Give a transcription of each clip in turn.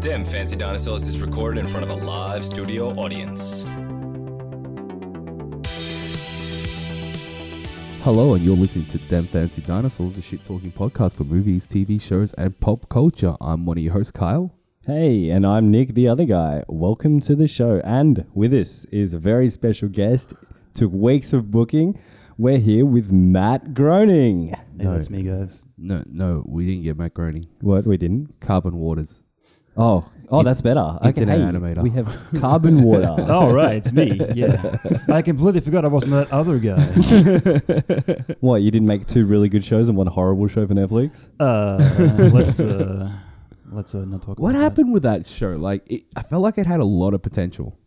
Them Fancy Dinosaurs is recorded in front of a live studio audience. Hello, and you're listening to Them Fancy Dinosaurs, the shit talking podcast for movies, TV shows, and pop culture. I'm one of your hosts, Kyle. Hey, and I'm Nick, the other guy. Welcome to the show. And with us is a very special guest. Took weeks of booking. We're here with Matt Groening. Hey, that's me, guys. No, no, we didn't get Matt Groening. What? We didn't? Carbon Waters. Oh, oh, that's better. Okay, internet hey, animator. we have carbon water. Oh, right, it's me. Yeah. I completely forgot I wasn't that other guy. what? You didn't make two really good shows and one horrible show for Netflix? Uh, let's uh, let's uh, not talk What about that. happened with that show? Like, it, I felt like it had a lot of potential.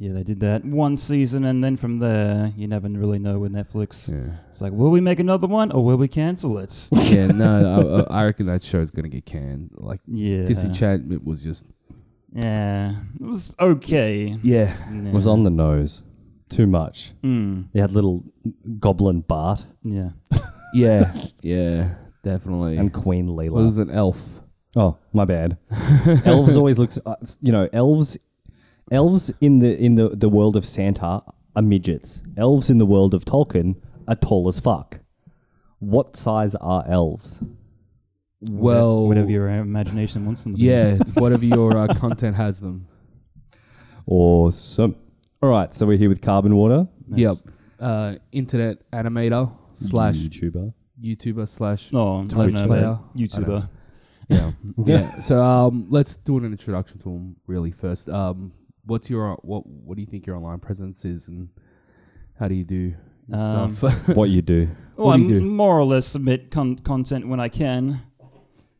Yeah, they did that one season, and then from there, you never really know with Netflix. Yeah, It's like, will we make another one or will we cancel it? yeah no, I, I reckon that show's going to get canned. Like, Yeah. Disenchantment was just. Yeah. It was okay. Yeah. Nah. It was on the nose. Too much. Mm, They had little goblin Bart yeah. Yeah, yeah, definitely. and Queen Leela. Well, it was an elf. Oh, my bad. elves always looks, uh, s- you know, elves, elves in the in the, the world of Santa are midgets. Elves in the world of Tolkien are tall as fuck. What size are elves? Well, Whatever your imagination wants them to be. yeah, it's whatever your uh, content has them. Awesome. All right, so we're here with Carbon Water, Yep. Uh, internet animator slash YouTuber. YouTuber slash No, Oh, I don't Twitch know, player. that YouTuber. yeah. yeah. So um, let's do an introduction to him really first. Um, what's your what what do you think your online presence is and how do you do your Um, stuff? what you do? Well, What I do you do? more or less submit con- content when I can.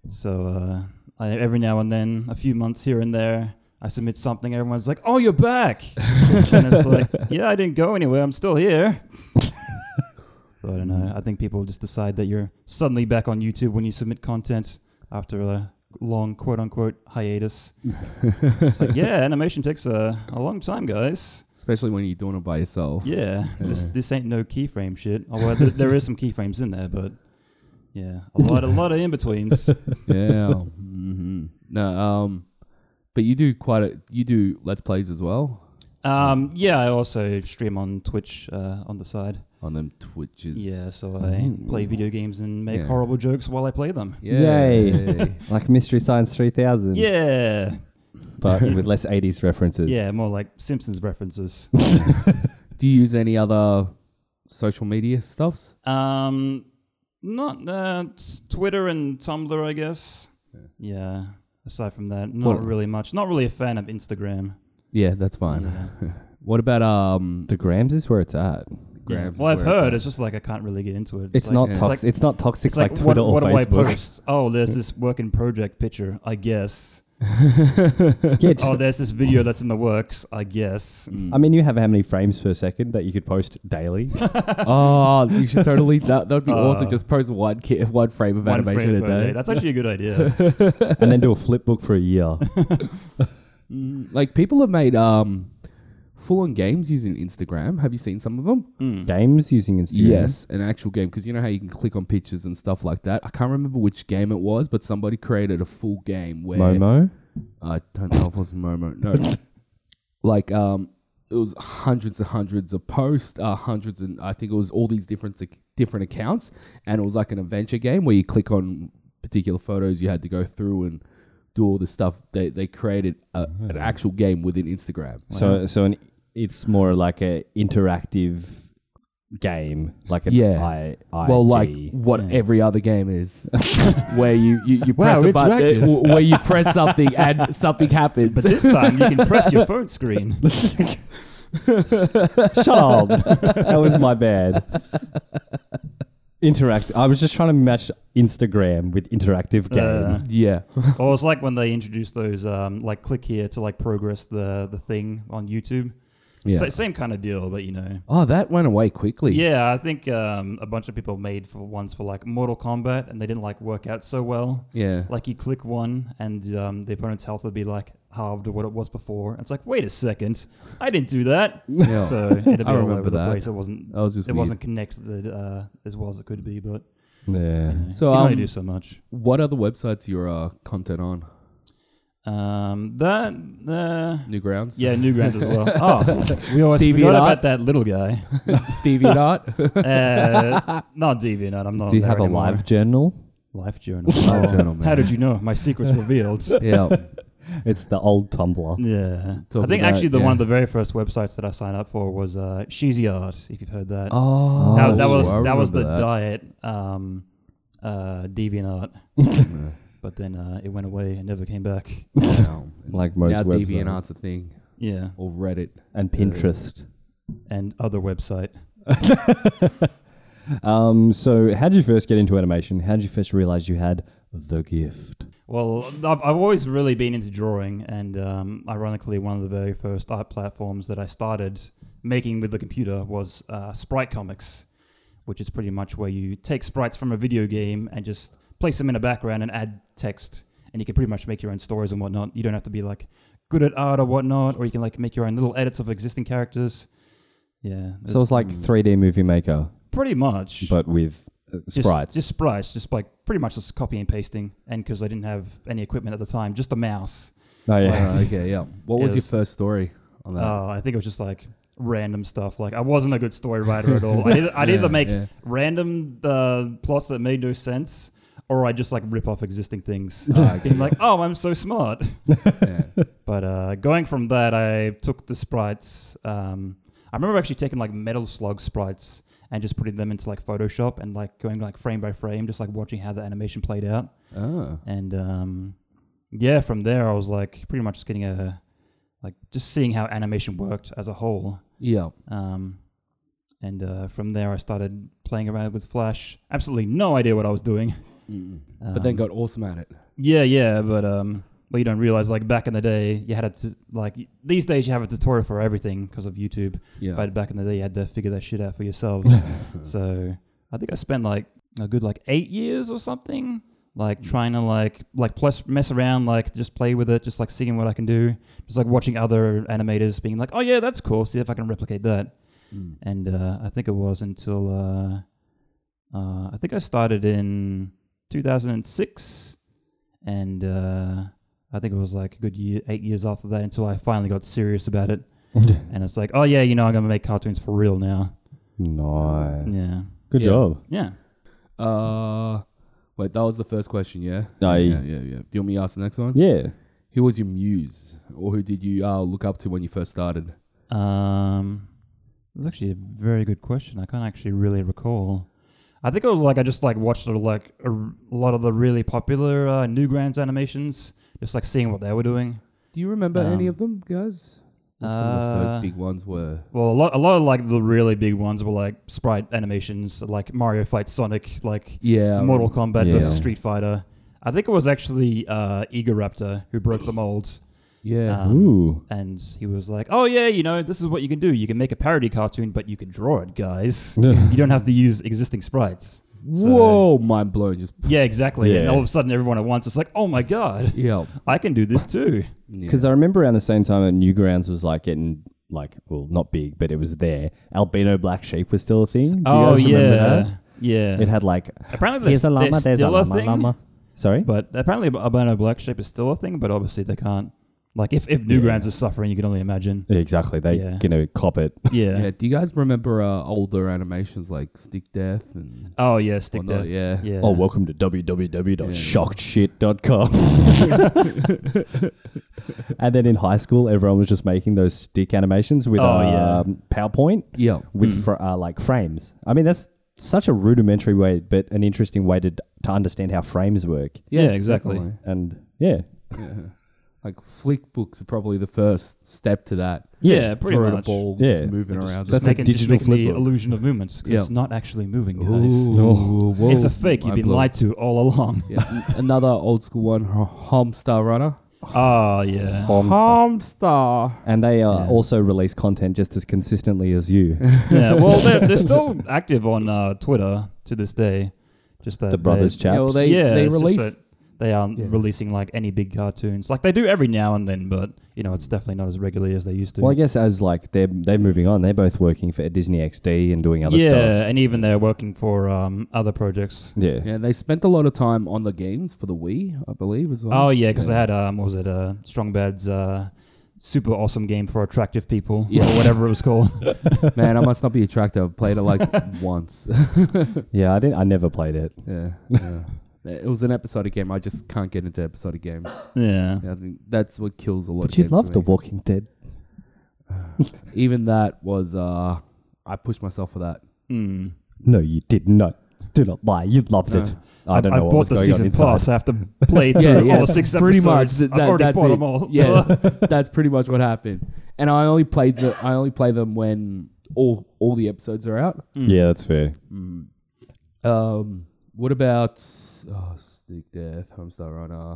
So uh, I, every now and then, a few months here and there, I submit something. Everyone's like, "Oh, you're back!" and it's like, "Yeah, I didn't go anywhere. I'm still here." so I don't know. I think people just decide that you're suddenly back on YouTube when you submit content after a long quote unquote hiatus. it's like, yeah, animation takes a, a long time, guys. Especially when you're doing it by yourself. Yeah, this Yeah. this ain't no keyframe shit. Although th- there is some keyframes in there, but yeah, a lot a lot of in betweens. Yeah. hmm No. Um, but you do quite a you do let's plays as well Um, yeah, I also stream on Twitch uh, on the side. on them Twitches. Yeah, so I play video games and make Yeah. horrible jokes while I play them. Yeah. Yay. Like Mystery Science 3000. Yeah, But with less 80s references. yeah, more like Simpsons references. do you use any other social media stuffs? um, not uh, s- Twitter and Tumblr, I guess. Yeah. Aside from that, not What- really much. Not really a fan of Instagram. Yeah, that's fine. Yeah. What about um The Grams is where it's at. Yeah. Grams Well, is I've where it's heard. at. It's just like I can't really get into it. It's, like- not yeah. toxic. It's It's, like- not toxic It's like, like, Twitter what, what or do I Facebook. post? Oh, there's this work in project picture. I guess. yeah, just Oh, there's this video that's in the works. I guess. I mean, you have how many frames per second that you could post daily? oh, you should totally. That that would be Uh, awesome. Just post one ki- one frame of One animation frame a per day. That's actually a good idea. and then do a flip book for a year. Mm, Like people have made um full on games using Instagram. Have you seen some of them? Mm. Games using Instagram. Yes, an actual game because you know how you can click on pictures and stuff like that. I can't remember which game it was, but somebody created a full game where Momo. I don't know if it was Momo. No, like um, it was hundreds and hundreds of posts, uh, hundreds and I think it was all these different different accounts, and it was like an adventure game where you click on particular photos, you had to go through and do all this stuff. They they created a, an actual game within Instagram. So so an, it's more like a interactive game, like an Yeah. I, IG. well, like what every other game is, where you you, you press Wow, a button, interactive. w- where you press something and something happens. But this time you can press your phone screen. shut up. that was my bad. Interact. I was just trying to match Instagram with interactive game. Uh, yeah, or it's like when they introduced those, um, like click here to like progress the the thing on YouTube. yeah. Sa- same kind of deal, but you know. oh, that went away quickly. Yeah, I think um, a bunch of people made for ones for like Mortal Kombat, and they didn't like work out so well. yeah. Like you click one, and um, the opponent's health would be like halved or what it was before. And it's like, wait a second, I didn't do that. Yeah. So it'd be all remember over the that. place. It wasn't. That was just it weird. wasn't connected uh, as well as it could be. But yeah. you know, So, you can only um, do so much. What other websites your uh, content on? Um, that uh, Newgrounds. yeah, Newgrounds as well. Oh, we always DeviantArt. forgot about that little guy. DeviantArt. Uh, not DeviantArt. I'm not. Do you there have a anymore. live journal? life journal? Oh, Live journal, How man. did you know? My secret's revealed. yeah. It's the old Tumblr. Yeah, Talk I think about- actually the yeah. one of the very first websites that I signed up for was uh, Cheesy Art. If you've heard that, Oh, Now, that was I that was the remember that. diet um, uh, deviant art, but then uh, it went away and never came back. Damn. Like most now websites. DeviantArt's a thing Yeah, or Reddit. and Pinterest. and other website. Um, so, how did you first get into animation? How did you first realize you had the gift? Well, I've, I've always really been into drawing, and um, ironically, one of the very first art platforms that I started making with the computer was uh, Sprite Comics, which is pretty much where you take sprites from a video game and just place them in a background and add text, and you can pretty much make your own stories and whatnot. You don't have to be like good at art or whatnot, or you can like make your own little edits of existing characters. Yeah, So, it's like 3D movie maker, pretty much but with uh, just- sprites. Just sprites, just like pretty much just copy and pasting. And because I didn't have any equipment at the time, just a mouse. oh, yeah. Uh, okay, yeah. What It was your was- first story on that? Uh, I think it was just like random stuff. Like I wasn't a good story writer at all. I'd either, I'd Yeah, either make yeah. random uh, plots that made no sense. Or I just like rip off existing things, Ah, okay. being like, "Oh, I'm so smart." Yeah. But uh, going from that, I took the sprites. Um, I remember actually taking like metal slug sprites and just putting them into like Photoshop and like going like frame by frame, just like watching how the animation played out. Oh. and um, yeah, from there I was like pretty much just getting a like just seeing how animation worked as a whole. Yeah. Um, and uh, from there I started playing around with Flash. Absolutely no idea what I was doing. Mm. Um, But then got awesome at it. yeah, yeah, but um, well, you don't realize like back in the day you had a t- like these days you have a tutorial for everything because of YouTube. Yeah. But back in the day you had to figure that shit out for yourselves. so I think I spent like a good like eight years or something, like trying to like like plus mess around, like just play with it, just like seeing what I can do, just like watching other animators being like, oh yeah, that's cool. See if I can replicate that. Mm. And uh, I think it was until uh, uh, I think I started in 2006, and uh, I think it was like a good year, eight years after that until I finally got serious about it. and it's like, oh yeah, you know, I'm gonna make cartoons for real now. nice. Yeah, Good Yeah. job. yeah. Uh, wait, that was the first question, yeah? No, you- yeah, yeah, yeah. Do you want me to ask the next one? Yeah. Who was your muse, or who did you uh, look up to when you first started? Um, it was actually a very good question. I can't actually really recall. I think it was like I just like watched sort of like a, r- a lot of the really popular uh, Newgrounds animations, just like seeing what they were doing. Do you remember any Um, of them, guys? Like some of the uh, first big ones were. Well, a lot, a lot of like the really big ones were like sprite animations, like Mario fights Sonic, like Yeah. Mortal Kombat versus Um, Yeah. Street Fighter. I think it was actually uh, Egoraptor who broke the mold. Yeah. Um, Ooh. and he was like, "Oh yeah, you know, this is what you can do. You can make a parody cartoon, but you can draw it, guys. you don't have to use existing sprites." so- Whoa, mind blown. Just. Yeah, exactly. And Yeah. all of a sudden, everyone at once is like, "Oh my god, Yeah. I can do this too." Because I remember around the same time that Newgrounds was like getting like well not big but it was there. Albino Black Sheep was still a thing. Do you oh guys remember yeah, that? yeah. It had like apparently, here's there's, a llama, there's there's a still a llama, thing, llama. Sorry. but apparently, albino black sheep is still a thing. But obviously, they can't. Like, if if Newgrounds is suffering, you can only imagine. Exactly. They Yeah. gonna cop it. Yeah. yeah. Do you guys remember uh, older animations like Stick Death and. Oh yeah, stick whatnot? Yeah. death. Yeah. Oh, welcome to www.shockedshit.com. and then in high school, everyone was just making those stick animations with Oh, yeah. um, PowerPoint Yeah. with fr- uh, like frames. I mean, that's such a rudimentary way, but an interesting way to to understand how frames work. Yeah, exactly. definitely. And yeah, Like flick books are probably the first step to that. Yeah, pretty Throw it a much. ball, Yeah. just moving Just- around. just That's making, a just digital making the flipbook. illusion of movements 'cause Yeah. it's not actually moving, guys. Oh. Ooh, whoa. It's a fake. You've Mind been blown. lied to all along. Yeah. n- Another old school one, H- Homestar Runner. Oh, yeah. Homestar. Homestar. And they uh, Yeah. also release content just as consistently as you, yeah. Well, they're, they're still active on uh, Twitter to this day. Just that the brothers they- chaps. Yeah, well, they, Yeah, they it's just released They aren't Yeah. releasing like any big cartoons. Like they do every now and then, but you know, it's definitely not as regularly as they used to. Well, I guess as like they're they're moving on, they're both working for Disney XD and doing other yeah, stuff. and even they're working for um, other projects. Yeah, Yeah, they spent a lot of time on the games for the Wii, I believe, as well. Oh yeah, because they had um, what was it, uh, Strong Bad's uh, super awesome game for attractive people Yeah. or whatever it was called. Oh. man, I must not be attractive. I played it like once. yeah. I didn't. I never played it. Yeah, yeah. It was an episodic game. I just can't get into episodic games. yeah. Yeah, I think that's what kills a lot. But of you games love for The me. Walking Dead. Even that was. uh I pushed myself for that. Mm. No, you did not. Do not lie. You loved No. it. I don't know what was bought the going on season inside. pass. I have to play through all six pretty episodes. much. Th- that- I've already that's bought it. them all. Yeah, that's pretty much what happened. And I only played the I only play them when all all the episodes are out. Hmm. Mm. Yeah, that's fair. Um, what about oh, Stick Death, Homestar Runner?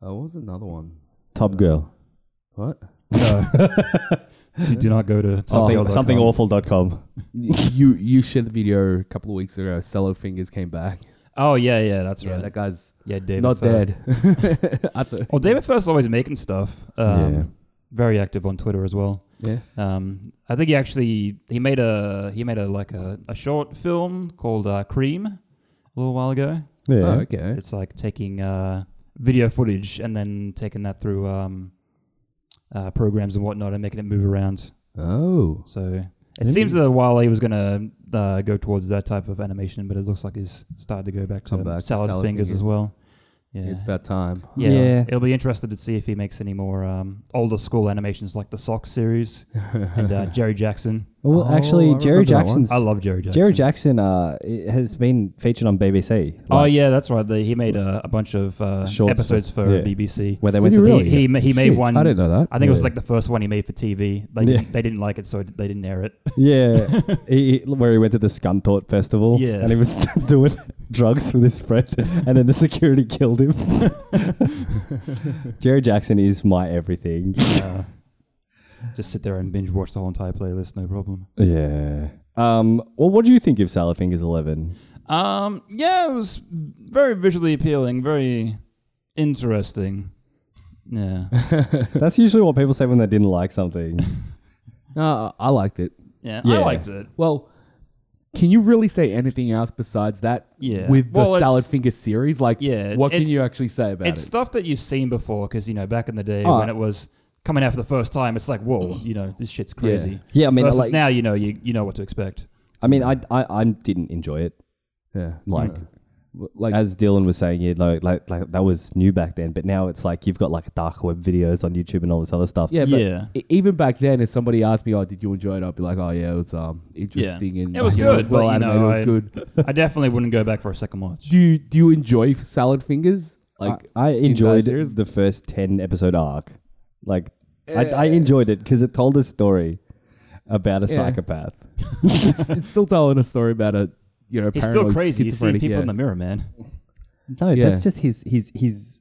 Uh, what was another one? Top Girl. What? do, do not go to Something, something. something awful.com. you you shared the video a couple of weeks ago. Cello Fingers came back. Oh yeah, yeah, that's Yeah, right. that guy's yeah, David. not Firth. dead. Oh, I thought, Well, David Firth's always making stuff. Um, Yeah. Very active on Twitter as well. yeah. Um, I think he actually he made a he made a like a, a short film called uh, Cream a little while ago. Yeah. Oh, okay. It's like taking uh, video footage and then taking that through um, uh, programs and whatnot and making it move around. Oh, So it Maybe- seems that a while he was gonna uh, go towards that type of animation, but it looks like he's started to go back to Come back to salad, salad fingers, as fingers. well. Yeah, it's about time. yeah. Yeah. It'll be interesting to see if he makes any more um, older school animations like the Sock series and uh, Jerry Jackson. Well, Oh, I actually, Jerry remember that one. Jackson's. I love Jerry Jackson. Jerry Jackson uh, it has been featured on BBC. Oh like, yeah, that's right. They he made a, a bunch of uh, Shorts for- episodes for yeah. BBC. Where they Did went he to really? the He, he, ma- he made Shit, one. I didn't know that. I think it was Yeah. like the first one he made for TV. They Yeah. didn't, they didn't like it, so they didn't air it. Yeah, he, he- where he went to the Scunthorpe Festival. Yeah. and he was doing drugs with his friend, and then the security killed him. Jerry Jackson is my everything. Uh, just sit there and binge watch the whole entire playlist, no problem. Yeah. Um. Well, what do you think of Salad Fingers Eleven? Um, yeah, it was very visually appealing, very interesting. Yeah, That's usually what people say when they didn't like something. No, I I liked it. yeah, I Yeah. liked it. Well, can you really say anything else besides that? Yeah. With the Well, it's- salad finger series, like, Yeah, what can it's- you actually say about It's it? stuff that you've seen before, because you know, back in the day Oh. when it was coming out for the first time, it's like, whoa, you know, this shit's crazy. Yeah, I mean, I Versus like. now, you know, you you know what to expect. I mean, I, I I didn't enjoy it. Yeah, Like, No. Hmm. like as Dylan was saying, it like, like like that was new back then, but now it's like you've got like dark web videos on YouTube and all this other stuff. yeah, but yeah. e- even back then, if somebody asked me, "Oh, did you enjoy it?" I'd be like, "Oh yeah, it was um interesting and It was like, good, well but, you know, animated, it was I- good." I definitely wouldn't go back for a second watch. Do you do you enjoy salad fingers? Like, I, I that enjoyed series? the first ten episode arc. Like I, I enjoyed it because it told a story about a Yeah. psychopath. it's, it's still telling a story about a you know He's still paranoid crazy. You see schizophrenic, people yeah. in the mirror, man. No, Yeah. that's just his his his.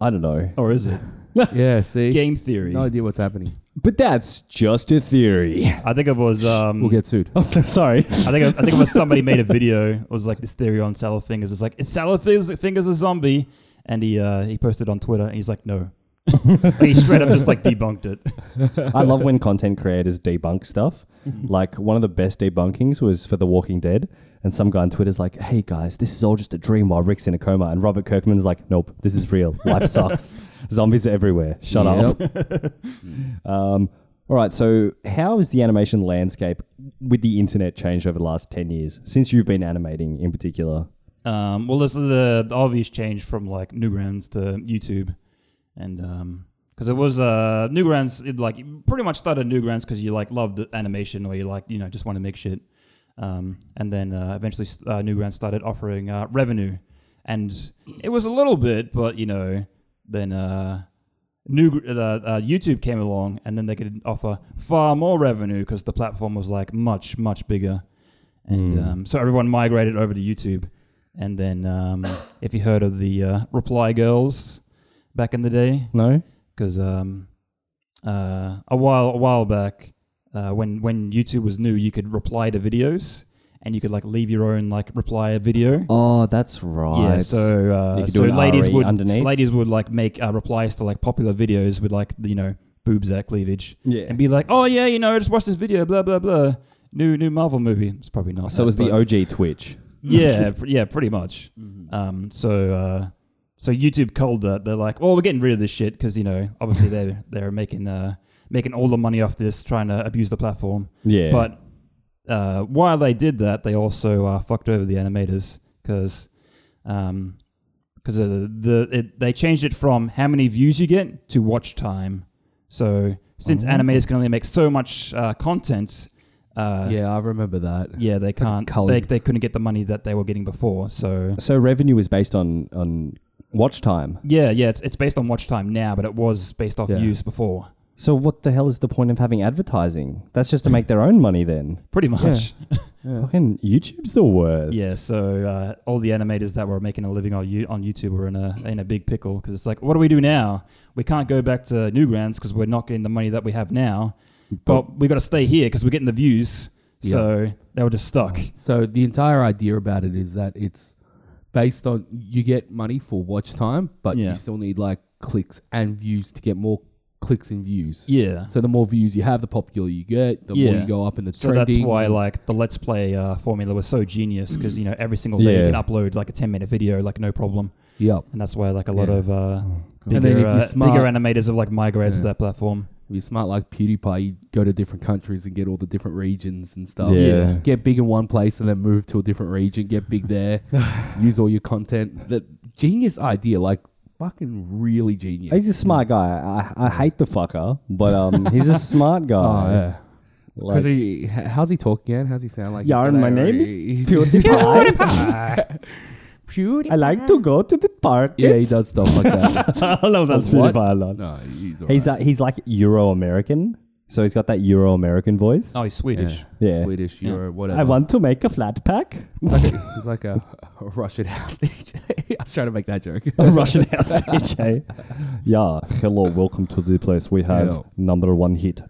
I don't know, Or is it yeah, see, game theory? no idea what's happening. but that's just a theory. I think it was. Um, We'll get sued. I'm so sorry. I think I think it was somebody made a video. It was like this theory on salad fingers. It's like is salad fingers, fingers a zombie? And he uh, he posted on Twitter. and He's like, no. And he straight up just like debunked it. I love when content creators debunk stuff. like one of the best debunkings was for The Walking Dead, and some guy on Twitter's like, "Hey guys, this is all just a dream while Rick's in a coma," and Robert Kirkman's like, "Nope, this is real. Life sucks. Zombies are everywhere. Shut Yep. up." Um, all right, so how has the animation landscape with the internet changed over the last ten years since you've been animating in particular? Um, well, this is the, the obvious change from like Newgrounds to YouTube, and because it was uh, Newgrounds, it like you pretty much started Newgrounds because you like loved the animation or you like you know just want to make shit, um, and then uh, eventually uh, Newgrounds started offering uh, revenue, and it was a little bit, but you know then. Uh, New uh, uh, YouTube came along, and then they could offer far more revenue because the platform was like much, much bigger, and Mm. um, so everyone migrated over to YouTube. And then, um, if you heard of the uh, Reply Girls back in the day, No. because um, uh, a while a while back, uh, when when YouTube was new, you could reply to videos, and you could like leave your own like reply video. Oh, that's right. Yeah, so You uh, could so do an ladies RE would underneath. ladies would like make uh, replies to like popular videos with like you know boob sack cleavage yeah. and be like, oh yeah, you know, just watch this video, blah blah blah, new new Marvel movie. It's probably not. so that, it was the but- OG Twitch. yeah, pr- yeah, pretty much. Um, so uh, so YouTube called that. They're like, well, we're getting rid of this shit because you know, obviously they're they're making uh, making all the money off this, trying to abuse the platform. Yeah. But uh, while they did that, they also uh, fucked over the animators because the, the it, they changed it from how many views you get to watch time. So since Oh. animators can only make so much uh, content, uh, yeah, I remember that. yeah, they like can't. colored. they, they couldn't get the money that they were getting before. So so revenue is based on on watch time. yeah, yeah, it's, it's based on watch time now, but it was based off Yeah. views before, So what the hell is the point of having advertising? That's just to make their own money then. pretty much. Yeah. Fucking YouTube's the worst. Yeah, so uh, all the animators that were making a living on, you- on YouTube were in a in a big pickle because it's like, what do we do now? We can't go back to Newgrounds because we're not getting the money that we have now, but, we got to stay here because we're getting the views. Yeah. So they were just stuck. So the entire idea about it is that it's based on you get money for watch time, but Yeah. you still need like clicks and views to get more clicks and views. Yeah. So the more views you have, the popular you get, the more Yeah. you go up in the So that's trendings why and- like the Let's Play uh, formula was so genius because you know every single day Yeah. you can upload like a ten minute video like no problem, yep. and that's why like a lot Yeah. of uh, bigger, And then if you're uh, smart- bigger animators have like migrated to Yeah. that platform. If you're smart like PewDiePie, you go to different countries and get all the different regions and stuff. Yeah. Get big in one place and then move to a different region, get big there, use all your content. The genius idea, like fucking really genius. He's a smart guy. I, I hate the fucker, but um, he's a smart guy. Oh, yeah. Like, Because he, h- how's he talk again? How's he sound like? yeah, he's my got name is a- PewDiePie. I like to go to the park. Yeah, he does stuff like that. I love that What? PewDiePie a lot. no, he's alright. He's uh, he's like Euro American, so he's got that Euro American voice. Oh, he's Swedish. yeah. Swedish, Euro, whatever. I want to make a flat pack. He's like a, he's like a, a Russian house DJ. I was trying to make that joke. A Russian house DJ. Yeah, hello, welcome to the place. We have Yeah. number one hit.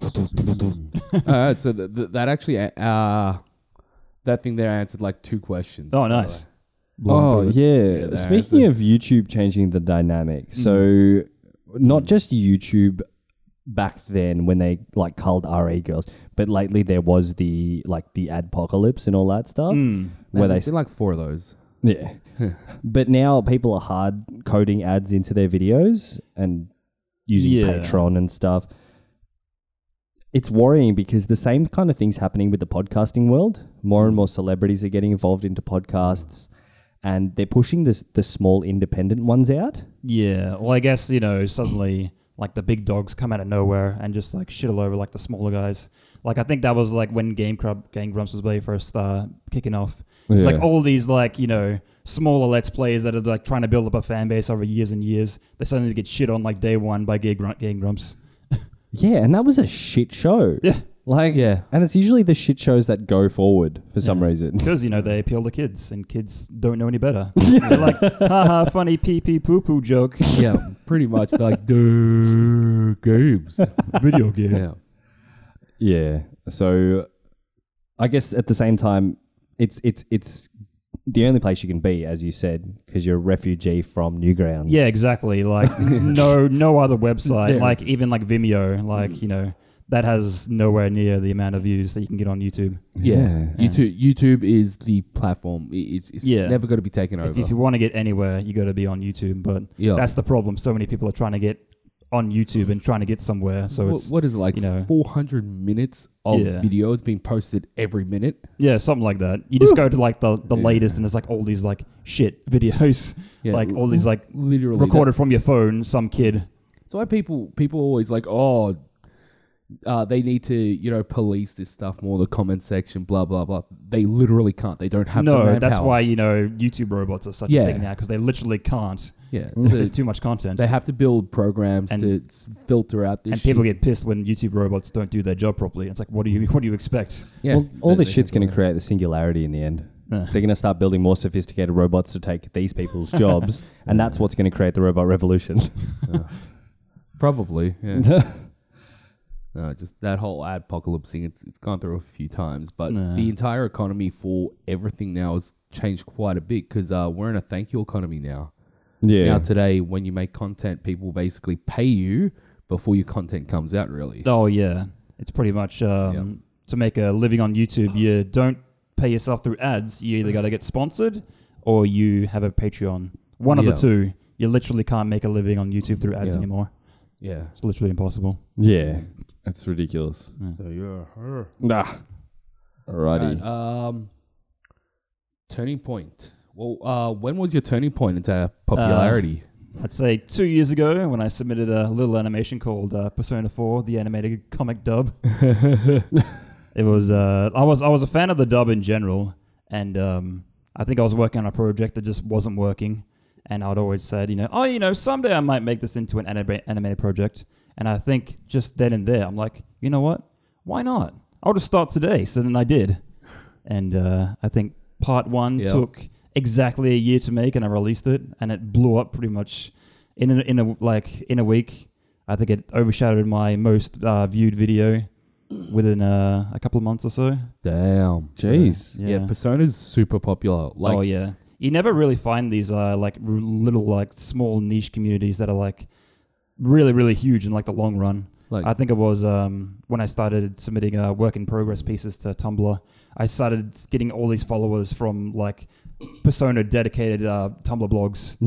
Alright, Uh, so th- th- that actually, uh, uh, that thing there answered like two questions. Oh, nice. Oh Blonde yeah. Yeah, there, Speaking so- of YouTube changing the dynamic, so not just YouTube back then when they like culled RA girls, but lately there was the like the adpocalypse and all that stuff Hmm. Man, where they there's been like four of those. yeah. but now people are hard coding ads into their videos and using Yeah. Patreon and stuff. It's worrying because the same kind of things happening with the podcasting world. More Mm. and more celebrities are getting involved into podcasts, and they're pushing this, the small independent ones out. Yeah. Well, I guess you know suddenly like the big dogs come out of nowhere and just like shit all over like the smaller guys. Like I think that was like when Game Crub, Game Grumps was really first uh, kicking off. It's like all these like you know smaller Let's Plays that are like trying to build up a fan base over years and years. They suddenly get shit on like day one by Game, Grump, Game Grumps. yeah, and that was a shit show. Yeah. like Yeah. and it's usually the shit shows that go forward for some reason. Because you know they appeal to kids, and kids don't know any better. They're like, haha, funny pee pee poo poo joke. Yeah, pretty much. They're like, duh, games. Video game. Yeah. Yeah. So I guess at the same time, it's it's it's the only place you can be, as you said, because you're a refugee from Newgrounds. Yeah, exactly. Like no no other website. There like even like Vimeo, like, Mm. you know, that has nowhere near the amount of views that you can get on YouTube. Yeah. Yeah. YouTube YouTube is the platform. I- It's, it's Yeah. never going to be taken over. If, if you want to get anywhere, you gotta be on YouTube. But yeah. that's the problem. So many people are trying to get on YouTube and trying to get somewhere. So Wha- it's what is it like you know- 400 minutes of Yeah. videos being posted every minute? yeah, something like that. You just go to like the, the Yeah. latest and there's like all these like shit videos. Yeah, like l- all these like Literally, recorded from your phone, some kid. That's why people people always like, oh, uh, they need to you know police this stuff more. The comment section, blah blah blah. They literally can't. They don't have. the No, that's manpower. why, you know, YouTube robots are such Yeah. a thing now because they literally can't. Yeah, so There's too much content. they have to build programs And- to s- filter out this. and people shit. get pissed when YouTube robots don't do their job properly. It's like, what do you what do you expect? yeah, Well, all they- this they shit's can going do to create the singularity in the end. Yeah. They're going to start building more sophisticated robots to take these people's jobs, and that's what's going to create the robot revolution. it. probably. Yeah. No, just that whole adpocalypse thing. It's it's gone through a few times, but Nah. the entire economy for everything now has changed quite a bit because uh, we're in a thank you economy now. Yeah. Now today, when you make content, people basically pay you before your content comes out. Really, Oh yeah, it's pretty much um, to make a living on YouTube. You don't pay yourself through ads. You either got to get sponsored or you have a Patreon. One of Yeah. the two. You literally can't make a living on YouTube through ads Yeah. anymore. yeah. It's literally impossible. yeah. That's ridiculous. So you're her. Nah. Alrighty. Alright, um, turning point. Well, uh, when was your turning point into popularity? I'd say two years ago when I submitted a little animation called uh, Persona 4, the animated comic dub. it was uh, I was I was a fan of the dub in general, and um, I think I was working on a project that just wasn't working, and I'd always said, you know, oh, you know, someday I might make this into an anima- animated project, and I think just then and there, I'm like, you know what? Why not? I'll just start today. So then I did, and uh, I think part one Yeah. took exactly a year to make, and I released it, and it blew up pretty much in a, in a like in a week. I think it overshadowed my most uh, viewed video within uh, a couple of months or so. Damn. Jeez. Yeah. Persona's super popular. Like, oh yeah. You never really find these uh, like r- little like small niche communities that are like really really huge in like the long run. like I think it was um, when I started submitting uh, work in progress pieces to Tumblr. I started getting all these followers from like persona dedicated uh, Tumblr blogs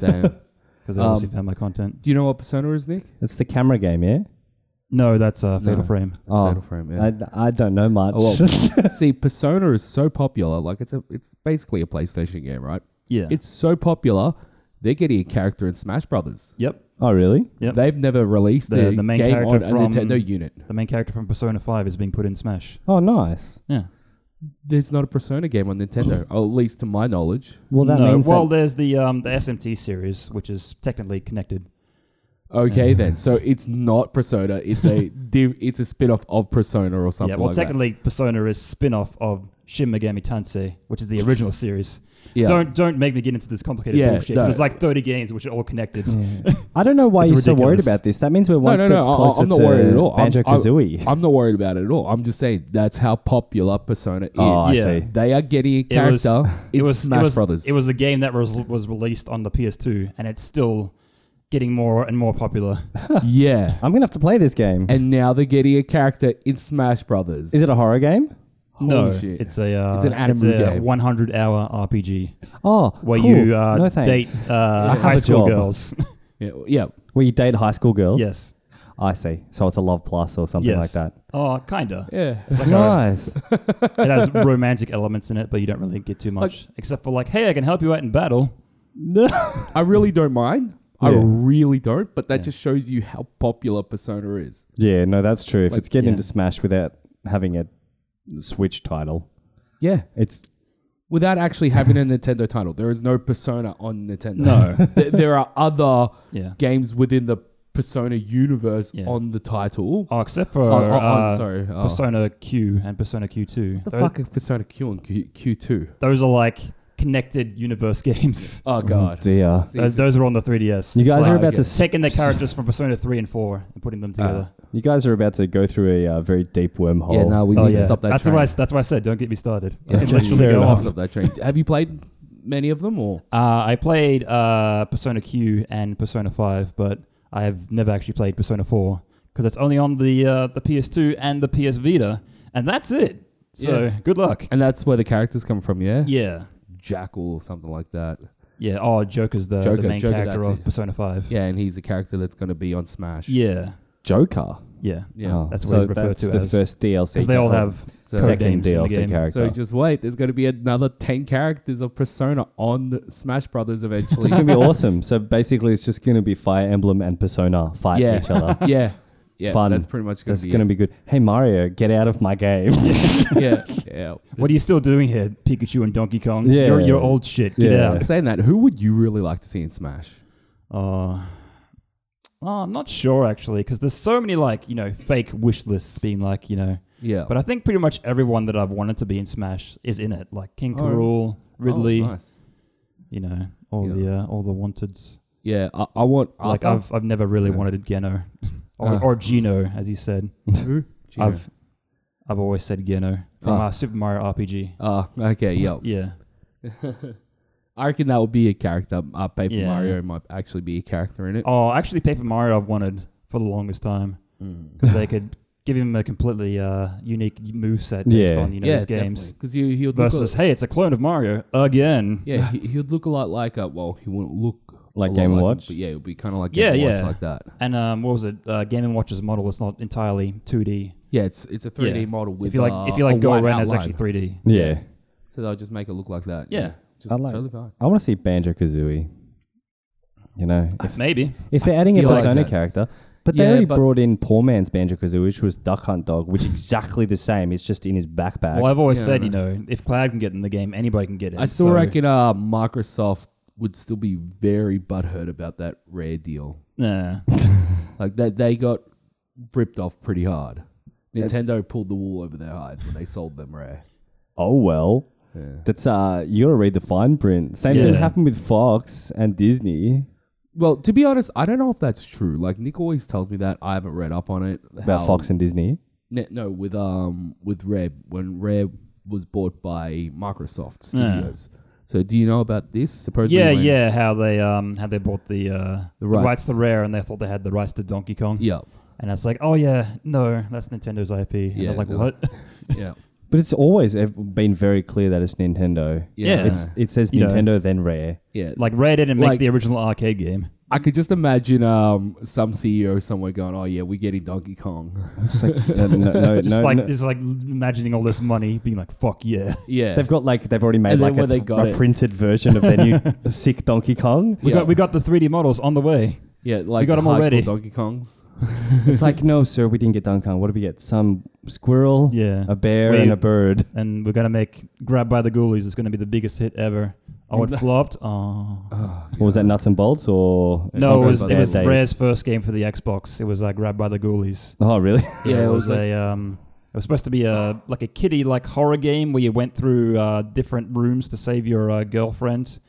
damn. because they Um, obviously found my content. Do you know what Persona is, Nick? That's the camera game, yeah? No, that's uh, Fatal No. Frame. It's Oh, Fatal Frame, yeah. I, I don't know much. Oh, See, Persona is so popular. Like, it's a, it's basically a PlayStation game, right? Yeah. It's so popular, they're getting a character in Smash Brothers. yep. oh really? Yep. They've never released The- a the main game character on from- a Nintendo unit. The main character from Persona 5 is being put in Smash. Oh, nice. Yeah. There's not a Persona game on Nintendo, or at least to my knowledge. Well, that no, means well, that, there's the um, the SMT series, which is technically connected. Okay, then. So it's not Persona. It's a div- it's a spin off of Persona or something yeah, well, like technically, Persona is spin-off of Shin Megami Tensei, which is the original series. that. Yeah. Don't don't make me get into this complicated Yeah, bullshit. no. 'cause There's like 30 games which are all connected. I don't know why It's you're so worried ridiculous. about this. That means we're no, one no, step no. I- closer I'm not to worried at all. I'm- Banjo Kazooie. I'm not worried about it at all. I'm just saying that's how popular Persona is. Oh, I Yeah. see. They are getting a It was- character. in it was Smash it was, Brothers. It was a game that was was released on the PS2, and it's still getting more and more popular. yeah. I'm gonna have to play this game. And now they're getting a character in Smash Brothers. Is it a horror game? Holy no, shit. it's a uh, It's an anime a game. 100 hour RPG Oh, where cool. you uh, no thanks. date uh, have high a job. school girls. yeah, yeah. Where you date high school girls? yes, I see. So it's a love plus or something yes, like that. Oh, kinda. Yeah. It's like a- nice. it has romantic elements in it, but you don't really get too much, except for like, hey, I can help you out in battle. I really don't mind. I Yeah. really don't, but that just shows you how popular Persona is. yeah, no, that's true. If Like, it's getting yeah. into Smash without having a Switch title, Yeah. it's Without actually having a Nintendo title, there is no Persona on Nintendo. No. there, there are other Yeah. games within the Persona universe Yeah. on the title. Oh, except for Oh, oh, oh, uh, sorry. Oh. Persona Q and Persona Q2. the Tho- fuck are Persona Q and Q- Q2? Those are like connected universe games. Oh, oh God. dear. See, Those, those are on the 3DS. You It's guys like are about okay. to taking the characters from Persona 3 and 4 and Uh, putting them together. uh, You guys are about to go through a uh, very deep wormhole. yeah, no, we Oh, need to yeah. stop that that's train. why I, that's why I said don't get me started. I can Okay, literally fair go enough. off. Stop that train. Have you played many of them or? Uh, I played uh, Persona Q and Persona 5, but I have never actually played Persona 4 because it's only on the uh, the PS2 and the PS Vita, and that's it. So Yeah. good luck. And that's where the characters come from, yeah? Yeah, Jackal or something like that. yeah. Oh, Joker's the, Joker, the main Joker, character that's of it. Persona 5. Yeah, and he's the character that's going to be on Smash. yeah, Joker. yeah. Yeah. Oh, That's what it's so referred that's to the as. first DLC. Because they all have So, Correct. second games in the DLC game. character. so just wait. There's going to be another 10 characters of Persona on the Smash Brothers eventually. it's gonna be awesome. So basically, it's just gonna be Fire Emblem and Persona fight Yeah. each other. yeah. Yeah, Fun. that's pretty much going That's to be gonna be good. Hey Mario, get out of my game. it. Yeah. yeah. What are you still doing here, Pikachu and Donkey Kong? Yeah. You're, you're old shit. Get Yeah. out. Saying that, who would you really like to see in Smash? Uh, oh, I'm not sure actually, because there's so many like you know fake wish lists being like you know. Yeah. But I think pretty much everyone that I've wanted to be in Smash is in it, like King Oh. Carol, Ridley, Oh, nice. you know, all Yeah. the uh, all the wanteds. Yeah, I, I want Like Arthur. I've I've never really Yeah. wanted Geno. or, Uh. or Gino, as you said. Who? I've I've always said Geno from Ah. uh, Super Mario RPG. Ah, okay, yeah. Yeah, I reckon that would be a character. Uh, Paper Yeah. Mario might actually be a character in it. Oh, actually, Paper Mario I've wanted for the longest time Mm. because they could give him a completely uh, unique move set based Yeah. on you know his games. because he he would look Versus, hey, it's a clone of Mario again. a, yeah he, he would look a lot like a well he wouldn't look Like a lot Game him, Watch? but yeah it would be kind of like Yeah, Game Watch yeah. like that. And um, what was it? Uh, Game and Watch's model is not entirely 2D. Yeah, it's it's a 3D Yeah. model with If you like, uh, if you like a Go white Arena, it's outline. actually 3D. Yeah. so they'll just make it look like that. Yeah. just I like- totally fine. I want to see Banjo Kazooie. You know, if, Maybe. if they're adding a feel like Persona that's- character, but they Yeah, already but- brought in Poor Man's Banjo Kazooie, which was Duck Hunt Dog, which exactly the same. It's just in his backpack. Well, I've always Yeah, said, you know, if Cloud can get in the game, anybody can get it. I still So, reckon uh, Microsoft would still be very butthurt about that rare deal. Nah. Like that they got ripped off pretty hard. Nintendo pulled the wool over their eyes when they sold them rare. Oh well, that's uh, you gotta read the fine print. Same thing Yeah. happened with Fox and Disney Well, to be honest, I don't know if that's true. Like Nick always tells me that I haven't read up on it. about how- Fox and Disney. Ne- no, with um with Rare when Rare was bought by Microsoft Studios. So do you know about this? Supposedly, yeah, when- yeah. How they um how they bought the uh the rights. rights. to Rare and they thought they had the rights to Donkey Kong. yeah, And it's like, oh yeah, no, that's Nintendo's IP. And Yeah, they're like no. what? yeah, But it's always ev- been very clear that it's Nintendo. yeah. It's it says You know. Nintendo, then Rare. yeah. Like like Rare didn't make Like- the original arcade game. I could just imagine um some CEO somewhere going, "Oh yeah, we're getting Donkey Kong." It's like, no, no, no, Just no, like no. just like imagining all this money, being like, fuck yeah. yeah, They've got like they've already made And then like a, when they th- got a it- printed version of their new sick Donkey Kong. We Yeah. got we got the 3D models on the way. yeah, like got 'em hardcore already. Donkey Kongs. It's like no, sir, we didn't get Donkey Kong. What did we get? Some squirrel, Yeah. a bear, We- and a bird. Uh, And we're gonna make Grab by the Ghoulies is gonna be the biggest hit ever. Oh, it flopped. Oh. What was that? Nuts and bolts or No, it was Conker's it Bad was Bad Day? Rare's first game for the Xbox. It was uh, Grab by the Ghoulies. Oh really? Yeah, it was a um, it was supposed to be a like a kiddie like horror game where you went through uh, different rooms to save your uh, girlfriend.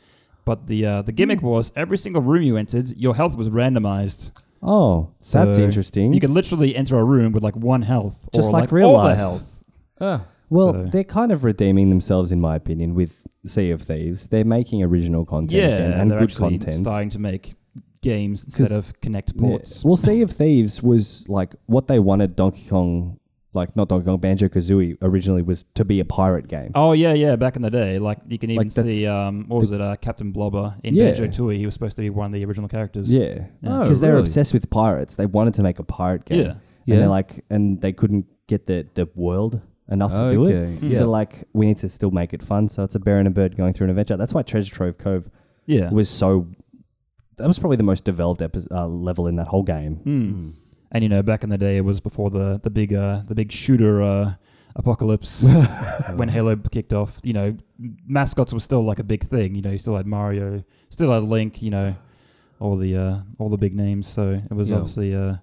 But the uh, the gimmick was every single room you entered, your health was randomized. Oh, So that's interesting. You could literally enter a room with like one health, Just or like like, real all the life. health. Ah. well, so- they're kind of redeeming themselves, in my opinion, with Sea of Thieves. They're making original content yeah, again, and and they're good actually content. starting to make games instead 'Cause- of connect Yeah. ports. Well, Sea of Thieves was like what they wanted Donkey Kong, like not Donkey Kong, Banjo Kazooie originally was to be a pirate game. Oh yeah, yeah. Back in the day, like you can even Like, that's- see um, what was it, uh, Captain Blubber in Yeah. Banjo Tooie. He was supposed to be one of the original characters. Yeah, Yeah. Oh, because they're really? obsessed with pirates. They wanted to make a pirate game. Yeah. and Yeah. they're like, and they couldn't get the the world enough to do Okay, it. Mm. yeah. So like, we need to still make it fun. So it's a bear and a bird going through an adventure. That's why Treasure Trove Cove yeah. was so. That was probably the most developed epi- uh, level in that whole game. Hmm. Mm. And you know, back in the day, it was before the the big uh, the big shooter uh, apocalypse when Halo kicked off. You know, mascots were still like a big thing. You know, you still had Mario, still had Link. You know, all the uh, all the big names. So it was Yeah. obviously uh,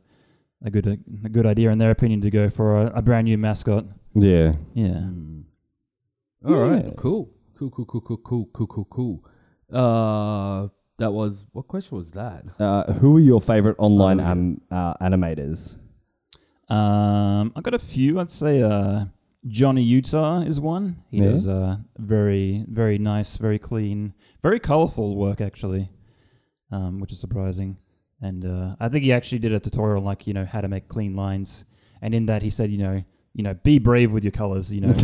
a good a good idea in their opinion to go for a, a brand new mascot. Yeah, Yeah. All right, Yeah. cool, cool, cool, cool, cool, cool, cool, cool, cool. Uh, that was what question was that? uh, who are your favorite online Oh, yeah. um, uh, animators? Um, I got a few. I'd say uh, Johnny Utah is one. He Yeah. does uh, very, very nice, very clean, very colorful work actually, um, which is surprising. And uh, I think he actually did a tutorial on like you know how to make clean lines. And in that he said you know you know be brave with your colors. You know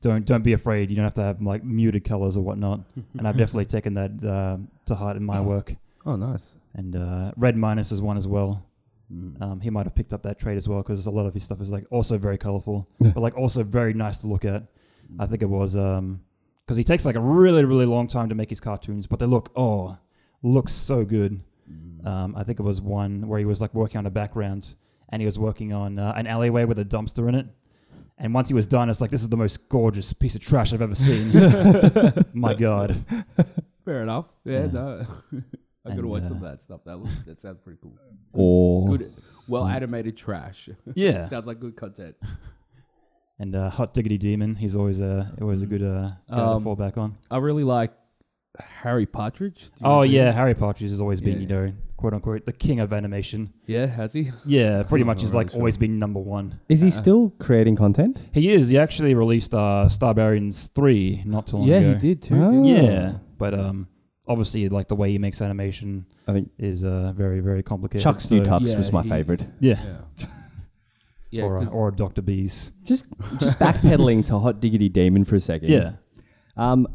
don't don't be afraid. You don't have to have like muted colors or whatnot. and I've definitely taken that uh, to heart in my work. Oh, nice. And uh, Red Minus is one as well. Mm. Um, he might have picked up that trait as well because a lot of his stuff is like also very colorful, but like also very nice to look at. I think it was because he takes like a really really long time to make his cartoons, but they look oh looks so good. Mm. Um, I think it was one where he was like working on a background and he was working on uh, an alleyway with a dumpster in it. And once he was done, it's like this is the most gorgeous piece of trash I've ever seen. My God, Fair enough. Yeah, Yeah. no. I gotta And, watch uh, some of that stuff. That looks, that sounds pretty cool. Or Good, well animated trash. yeah. sounds like good content. And uh, Hot Diggity Demon, he's always a always a good uh, guy Um, to fall back on. I really like Harry Partridge. Do you Oh remember yeah, him? Harry Partridge has always been, Yeah. you know, quote unquote, the king of animation. Yeah, has he? Yeah, pretty I'm much not he's really like sure. always been number one. Is he still creating content? He is. He actually released uh, Barbarians three not too long yeah, he ago. did too. Ah. didn't he? Yeah, but um, obviously like the way he makes animation I think is uh very very complicated. Chuck's so- new tux yeah, was my he- favorite. Yeah. Yeah. Yeah, or, uh, 'cause- or Dr. Bees. Just just backpedaling to Hot Diggity Demon for a second. Yeah. Um,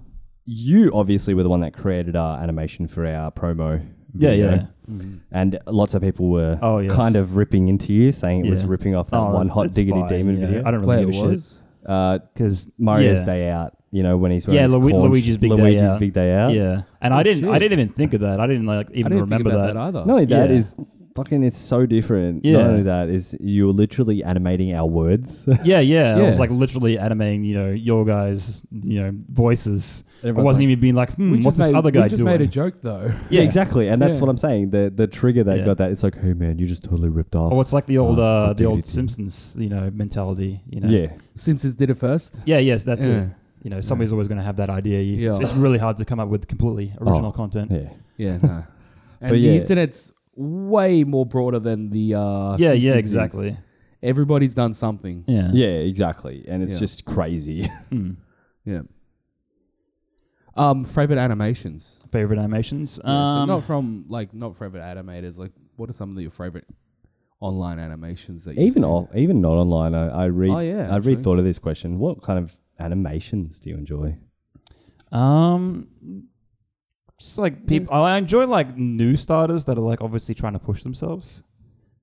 you obviously were the one that created our animation for our promo. Yeah, video, yeah. And lots of people were Oh, yes. kind of ripping into you, saying it was Yeah. ripping off that Oh, one it's- Hot it's Diggity fine, Demon yeah. video. I don't Wait, really it give a shit. was? Uh, Because Mario's Day Out, you know, when he's wearing Yeah, his Lu- corn- Luigi's Big Day Luigi's Out. Big Day Out. Yeah. And I didn't I Oh, shit. didn't even think of that. I didn't like I even didn't remember think about that. that. either. Not only that Yeah. is fucking it's so different. Yeah. Not only that is you're literally animating our words. yeah, yeah, I Yeah. was like literally animating, you know, your guys, you know, voices. I Everyone's wasn't like- even being like, hmm, We what's just this made- other guy we just doing? made a joke though. yeah, exactly. And that's Yeah. what I'm saying. The the trigger that Yeah. got that it's like, hey man, you just totally ripped off. Or it's like the old Oh, uh, Hot the old Diggity. Simpsons, you know, mentality. You know. yeah. Simpsons did it first. Yeah. Yes. That's Yeah. it. You know, somebody's always going to have that idea. You, it's, Yeah. Oh. it's really hard to come up with completely original content. Yeah. Yeah, no. and But the yeah. internet's way more broader than the uh Yeah. Simpsons Yeah. is. Exactly. Everybody's done something. Yeah. Yeah, exactly. And it's Yeah. just crazy. Mm. Yeah. Um, favorite animations. Favorite animations. Yeah, so Um, not from like not favorite animators. Like, what are some of your favorite online animations that you've even seen? off, even not online. I, I re Oh, yeah, I actually. rethought of this question. What kind of animations do you enjoy? Um, just like people, I enjoy like new starters that are like obviously trying to push themselves.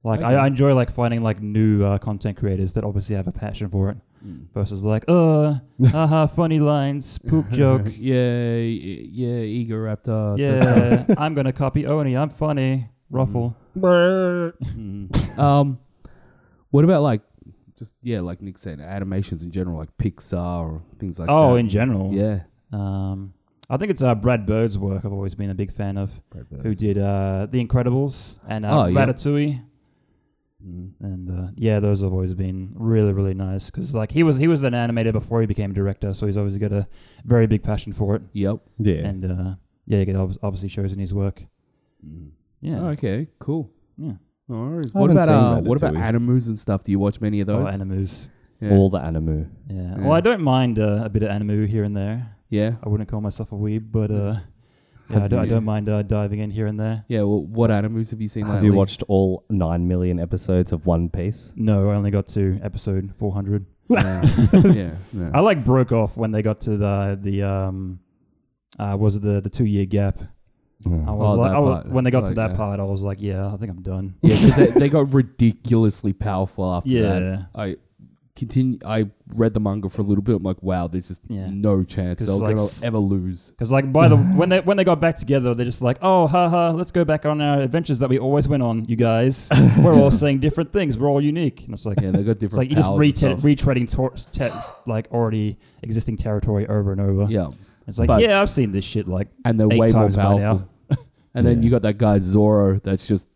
Like I, Okay. I enjoy like finding like new uh, content creators that obviously have a passion for it Mm. versus like uh haha funny lines poop joke Yeah, y- yeah, Ego Raptor. yeah I'm gonna copy Oni I'm funny ruffle Mm. um, what about like just yeah, like Nick said, animations in general, like Pixar or things like oh that. in general yeah, um I think it's uh, Brad Bird's work I've always been a big fan of who did uh The Incredibles and uh, Oh, yeah. Ratatouille Mm. and uh, yeah, those have always been really, really nice because like he was he was an animator before he became a director, so he's always got a very big passion for it, Yep. Yeah. and uh, yeah, it ob- obviously shows in his work. Mm. Yeah, Oh, okay, cool. yeah. No worries. I What haven't about uh, seen what about Ratatouille. animus and stuff? Do you watch many of Oh, those? animus. yeah. All the anime. Yeah. Yeah. Well, I don't mind uh, a bit of animu here and there. yeah, I wouldn't call myself a weeb, but uh, yeah, I Have don't, I you- don't mind uh, diving in here and there. yeah. Well, what animus have you seen? Have lately? you watched all nine million episodes of One Piece? No, I only got to episode 400. Yeah, yeah, no. I like broke off when they got to the the um, uh, was it the the two year gap? I Mm. was Oh, like, that I wa- part. when they got to Like, that yeah. part, I was like, yeah, I think I'm done. Yeah, 'cause they, they got ridiculously powerful after that. Yeah. I continue. I read the manga for a little bit. I'm like, wow, there's just Yeah. no chance 'Cause they're like gonna s- ever lose. Because like by the when they when they got back together, they're just like, oh, haha, let's go back on our adventures that we always went on, you guys. We're all saying different things. We're all unique. And it's like, Yeah, they got different. it's like you just powers and retre- retreading tor- te- like already existing territory over and over. stuff. Yeah, It's like, But- yeah, I've seen this shit like and they're eight way more times by now. powerful. And then Yeah. you got that guy Zoro that's just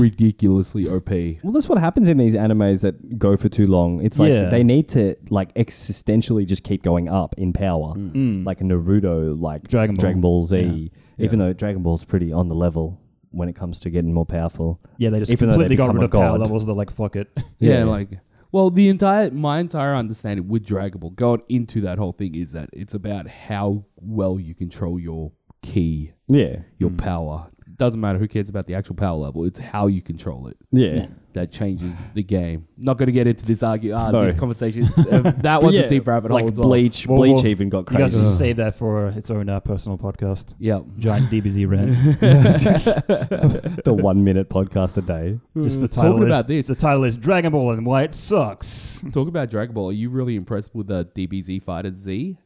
ridiculously OP. Well, that's what happens in these animes that go for too long. It's like Yeah. they need to like existentially just keep going up in power, Mm. like Naruto, like Dragon Ball. Z. Even though Dragon Ball's pretty on the level when it comes to getting more powerful. yeah, they just Even though they completely got become rid a of power god. levels. They're like, fuck it. Yeah, Yeah. like well, the entire my entire understanding with Dragon Ball going into that whole thing is that it's about how well you control your key, Yeah, Hmm. your power. Doesn't matter who cares about the actual power level; it's how you control it yeah. that changes the game. Not going to get into this argue, uh, No. this conversation. It's, uh, that one's yeah, a deep rabbit like hole as well. Bleach, Well, Bleach well, even got You guys crazy. should save that for its own uh, personal podcast. Yeah, Giant DBZ rant. the one minute podcast a day. just the title talking is, about this. The title is Dragon Ball and why it sucks. Talk about Dragon Ball. Are you really impressed with uh, DBZ Fighter Z?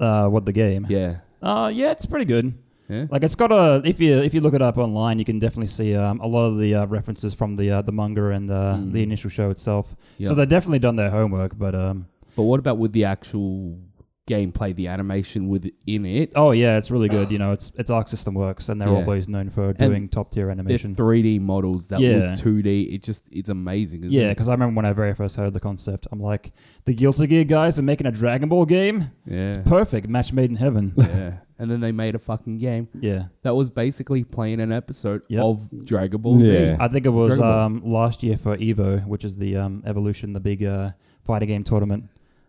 Uh, what the game? Yeah, Uh, yeah, it's pretty good. yeah. Like it's got a if you if you look it up online, you can definitely see um, a lot of the uh, references from the uh, the manga and uh, the initial show itself. Yeah. So they've definitely done their homework. But um, But what about with the actual gameplay, the animation within it. Oh yeah, it's really good. You know, it's it's Arc System Works, and they're Yeah. always known for doing top tier They're animation. 3D models that Yeah. look 2D. It just it's amazing. Isn't Yeah, it? because I remember when I very first heard the concept, I'm like, the Guilty Gear guys are making a Dragon Ball game. yeah, Perfect match made in heaven. yeah. And then they made a fucking game yeah, that was basically playing an episode Yep. of Dragon Ball Z. Yeah. I think it was Dragon Ball. um, last year for Evo, which is the um, Evolution, the big uh, fighting game tournament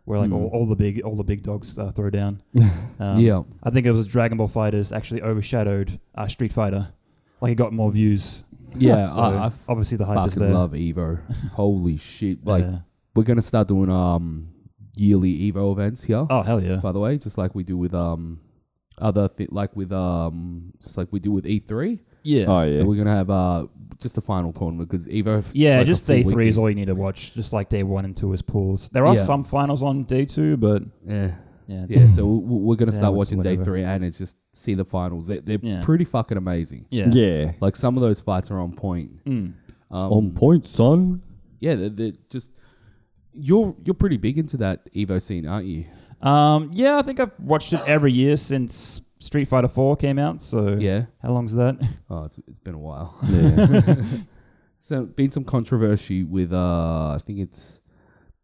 where like Hmm. all, all the big all the big dogs uh, throw down. Um, yeah. I think it was Dragon Ball Fighters actually overshadowed uh, Street Fighter. Like it got more views. Yeah, So, I, I obviously the hype is fucking there. love Evo. Holy shit! Like Yeah. we're gonna start doing um yearly Evo events here. oh hell yeah, By the way, just like we do with um other thi- like with um just like we do with E three. yeah, Oh yeah. So we're gonna have uh just the final tournament because Evo. is yeah. like a just full day three weekend. is all you need to watch. Just like day one and two is pools. There are Yeah. some finals on day two, but Yeah. yeah, it's- Yeah, so we- we're gonna start it's watching day whatever. three and it's just see the finals. They're, they're Yeah. pretty fucking amazing. yeah, yeah. Like some of those fights are on point. Mm. Um, On point, son. yeah, they're, they're just you're you're pretty big into that Evo scene, aren't you? Um, yeah, I think I've watched it every year since Street Fighter Four came out. So Yeah. how long's that? Oh, it's it's been a while. Yeah. So been some controversy with uh I think it's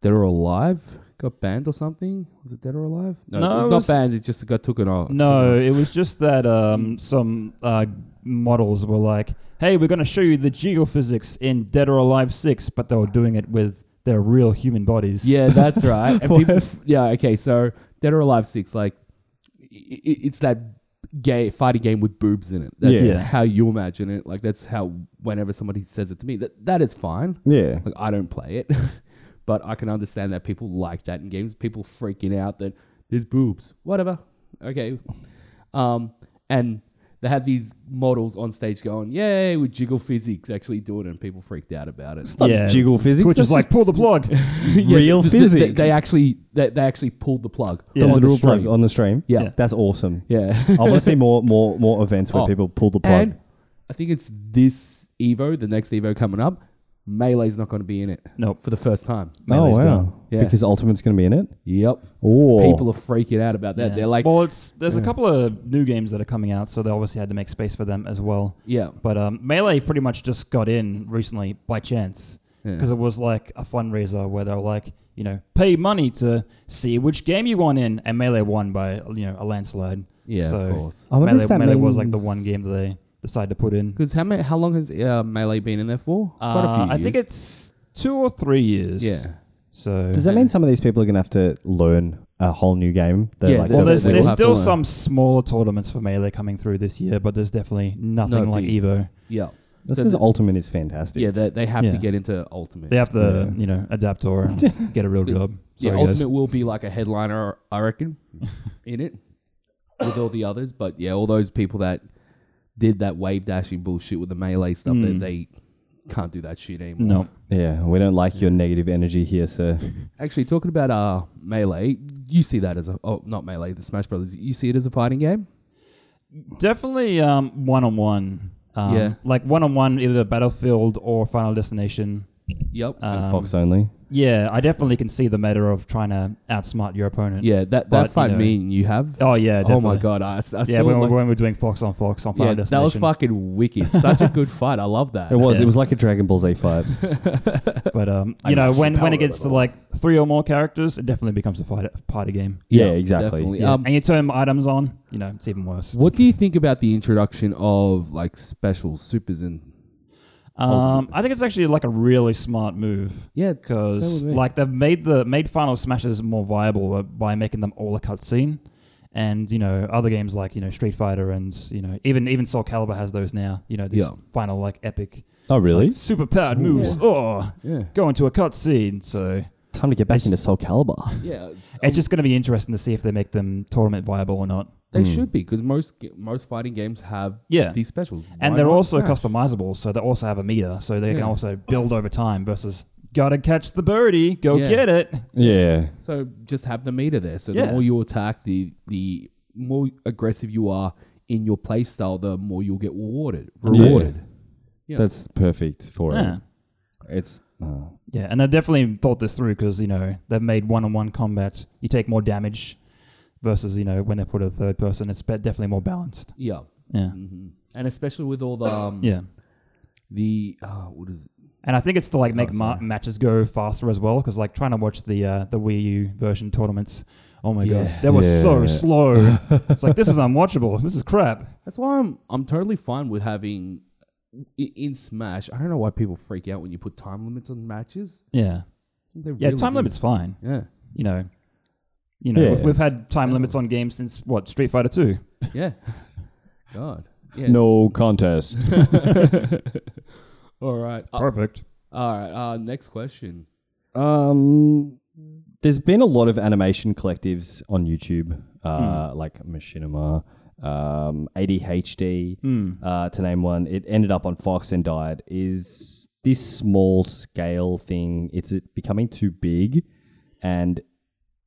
Dead or Alive got banned or something. Was it Dead or Alive? No, it not was- banned. It just got taken off. No, it was just that Mm. um, some uh, models were like, "Hey, we're going to show you the geophysics in Dead or Alive Six, but they were doing it with their real human bodies. Yeah, that's right. And people, yeah, okay. So Dead or Alive Six, like i i- it's that gay fighting game with boobs in it. That's Yeah. how you imagine it. Like that's how whenever somebody says it to me, that that is fine. yeah. Like I don't play it, but I can understand that people like that in games. People freaking out that there's boobs, whatever. Okay, um, and they had these models on stage going, "Yay, with jiggle physics!" Actually doing it, and people freaked out about it. Not Yeah, jiggle physics. Twitch that's is like, just pull the plug. real Th- th- physics. They, they actually, they, they actually pulled the plug. Yeah. the on literal stream. plug on the stream. Yeah. That's awesome. yeah. I want to see more, more, more events where Oh, people pull the plug. and I think it's this Evo, the next Evo coming up. Melee's not going to be in it. Nope. for the first time. oh Melee's wow! done. Yeah. Because Ultimate's going to be in it. Yep. Oh, People are freaking out about that. They're like, well, it's there's a couple of new games that are coming out, so they obviously had to make space for them as well. yeah, But um, Melee pretty much just got in recently by chance Yeah. because it was like a fundraiser where they were like, you know, pay money to see which game you want in, and Melee won by you know a landslide. yeah, so of course. I wonder Melee, if that Melee was like the means- one game that they decided to put in. Because how ma- how long has uh, Melee been in there for? Uh, I think it's two or three years. yeah. So Does that mean some of these people are going to have to learn a whole new game? They're Yeah, like, they- well, that there's, they there's will have still to learn? some smaller tournaments for Melee coming through this year, but there's definitely nothing No like big. Evo. Yeah, this so is the- Ultimate is fantastic. yeah. They, they have Yeah. to get into Ultimate. They have to, Yeah. you know, adapt or get a real It's- job. yeah, Sorry, guys. Ultimate will be like a headliner, I reckon, in it with all the others. But yeah, all those people that did that wave dashing bullshit with the Melee stuff, Hmm. Mm. they, they can't do that shit anymore. No. Yeah, we don't like your negative energy here, sir. Actually, talking about uh melee, you see that as a oh not melee, the Smash Brothers. You see it as a fighting game. Definitely um, one on one. Um, Yeah. Like one on one, either Battlefield or Final Destination. Yep. Um, Fox only. Yeah, I definitely can see the matter of trying to outsmart your opponent. yeah, that but, that you fight know- me and you have. Oh yeah. Definitely. oh my god, I, I still Yeah, when, we- like- when we're doing Fox on Fox on Final yeah, that Destination. was fucking wicked. Such a good fight. I love that. It was. yeah. It was like a Dragon Ball Z fight. But um, you know, when when it gets to like three or more characters, it definitely becomes a fight, party game. yeah, exactly. definitely. Yeah. Um, and you turn items on, you know, it's even worse. what do you think about the introduction of like special supers and Um, I think it's actually like a really smart move. yeah, because So would we. like they've made the made Final Smashes more viable by making them all a cutscene, and you know other games like you know Street Fighter and you know even even Soul Calibur has those now. You know these Yeah. final like epic Oh, really? super powered moves. Oh, yeah, go into a cutscene. So Time to get back It's- into Soul Calibur. yeah. it's- um, it's just going to be interesting to see if they make them tournament viable or not. they should be because most ga- most fighting games have Yeah. these specials, And Why they're not also Smash? customizable, so they also have a meter, so they can Yeah. also build over time. Versus, gotta catch the birdie, go Yeah. get it. Yeah. So just have the meter there. So Yeah. the more you attack, the the more aggressive you are in your play style, the more you'll get rewarded. Rewarded. Yeah. That's perfect for Yeah. it. It's. Uh, Yeah, and I definitely thought this through because you know they've made one-on-one combat. You take more damage, versus you know when they put a third person, it's be- definitely more balanced. Yeah. Yeah, hmm And especially with all the um, yeah. the uh, what is it? And I think it's to like Oh, make ma- sorry. matches go faster as well, because like trying to watch the uh, the Wii U version tournaments. Oh my Yeah. god, they were so Yeah. slow. it's like this is unwatchable. This is crap. That's why I'm I'm totally fine with having i- in Smash. I don't know why people freak out when you put time limits on matches. Yeah, They're yeah. really time good. limit's fine. Yeah, You know, you know. Yeah. We've, we've had time limits on games since what Street Fighter Two. yeah. God. Yeah. No contest. All right. Uh, Perfect. all right. Uh, next question. Um, there's been a lot of animation collectives on YouTube, uh, like Machinima, um, ADHD, uh, to name one. It ended up on Fox and died. Is this small scale thing? Is it becoming too big? And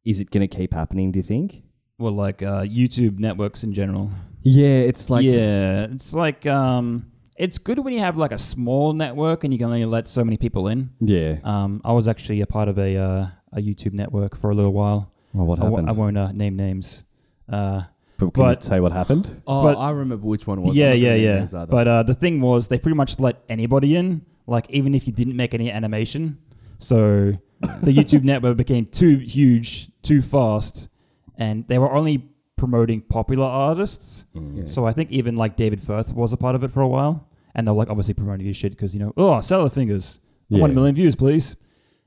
is it going to keep happening? Do you think? Well, like uh, YouTube networks in general. Yeah, it's like yeah, it's like um, it's good when you have like a small network and you can only let so many people in. yeah. Um, I was actually a part of a uh, a YouTube network for a little while. Well, what I w- happened? I won't uh, name names. Uh, but can but- you say what happened? Oh, But- I remember which one it was. yeah, I'm not yeah, gonna name yeah. names either. But uh, the thing was, they pretty much let anybody in, like even if you didn't make any animation. So the YouTube network became too huge, too fast, and they were only promoting popular artists. Yeah. So I think even like David Firth was a part of it for a while, and they were like obviously promoting his shit because you know, oh, sell the fingers, I want Yeah. a million views, please,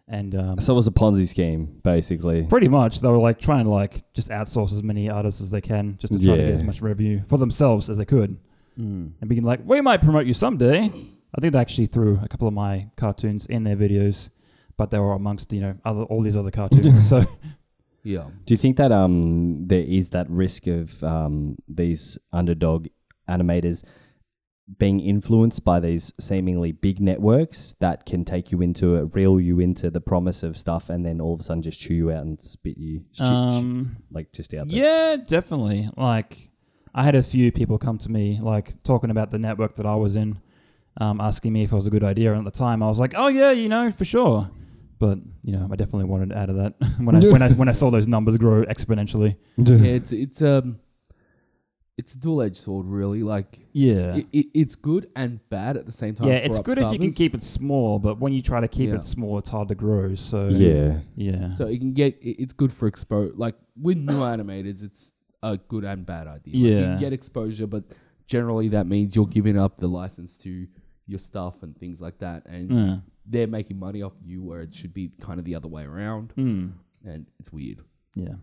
and um, So it was a Ponzi scheme, basically. pretty much they were like trying to like just outsource as many artists as they can just to try to Yeah. get as much revenue for themselves as they could Mm. and being like, we might promote you someday. I think they actually threw a couple of my cartoons in their videos, but they were amongst you know other, all these other cartoons. so yeah. Do you think that um there is that risk of um these underdog animators being influenced by these seemingly big networks that can take you into it, reel you into the promise of stuff, and then all of a sudden just chew you out and spit you, sh- sh- um, like just out there. yeah, definitely. Like I had a few people come to me like talking about the network that I was in, um, asking me if it was a good idea. And at the time, I was like, oh yeah, you know for sure. But you know, I definitely wanted out of that when I when I when I saw those numbers grow exponentially. yeah. It's it's um, it's a dual edged sword, really. Like Yeah. it's, it, it, it's good and bad at the same time. Yeah, for it's good if you can upstarters. keep it small, but when you try to keep Yeah. it small, it's hard to grow. So yeah. yeah. So it can get it- it's good for expo. Like with new animators, it's a good and bad idea. Like, you Yeah. can get exposure, but generally that means you're giving up the license to your stuff and things like that, and Yeah. they're making money off you, where it should be kind of the other way around. Mm. And it's weird. Yeah.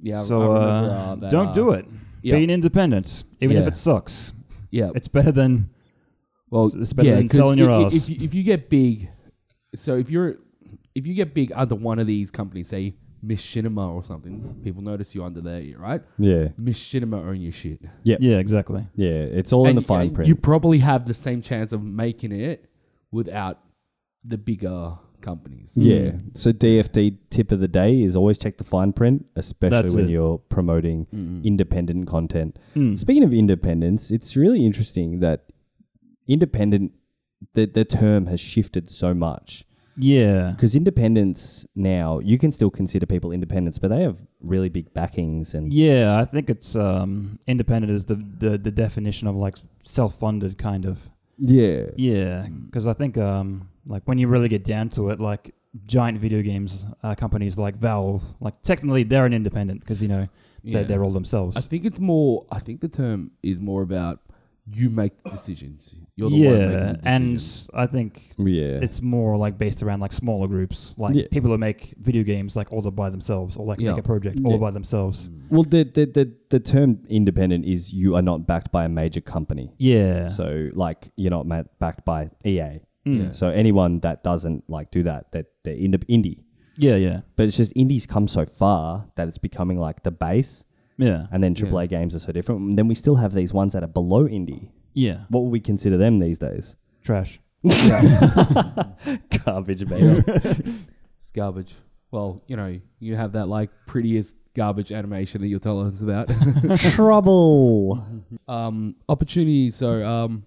Yeah. I- so I uh, remember, uh, that, don't uh, do it. yeah. Being independent, even if Yeah. it sucks, Yeah. it's better than Well, It's- it's better than 'cause selling your i- i- ass. If you, if you get big, so if you're if you get big under one of these companies, say Miss Cinema or something, people notice you under there, right? Yeah. Miss Cinema own your shit. yeah, exactly. Yeah. It's all in And the y- fine and print. You probably have the same chance of making it without the bigger companies. Mm. yeah. So DFD tip of the day is always check the fine print, especially That's when it. you're promoting Mm-hmm. independent content. Hmm. Mm. Speaking of independence, it's really interesting that independent the, the term has shifted so much Yeah, because independence now you can still consider people independents, but they have really big backings and yeah. I think it's um, independent is the, the the definition of like self-funded kind of. yeah Yeah, because I think um, like when you really get down to it, like giant video games uh, companies like Valve, like technically they're an independent because you know Mm-hmm. Yeah. they're, they're all I themselves. think it's more. I think the term is more about you make decisions. You're the one making Yeah, the and decisions. I think yeah it's more like based around like smaller groups, like Yeah. people who make video games like all by themselves, or like Yeah. make a project all Yeah. by themselves. well the, the the the term independent is you are not backed by a major company Yeah. so like you're not ma- backed by EA Yeah. so anyone that doesn't like do that that they're indie indie yeah, yeah, but it's just indies come so far that it's becoming like the base yeah, and then Yeah. AAA games are so different. And then we still have these ones that are below indie. yeah. What would we consider them these days? Trash. Garbage, man. It's garbage. Well, you know, you have that like prettiest garbage animation that you're telling us about. Trouble. um, opportunities. So, um,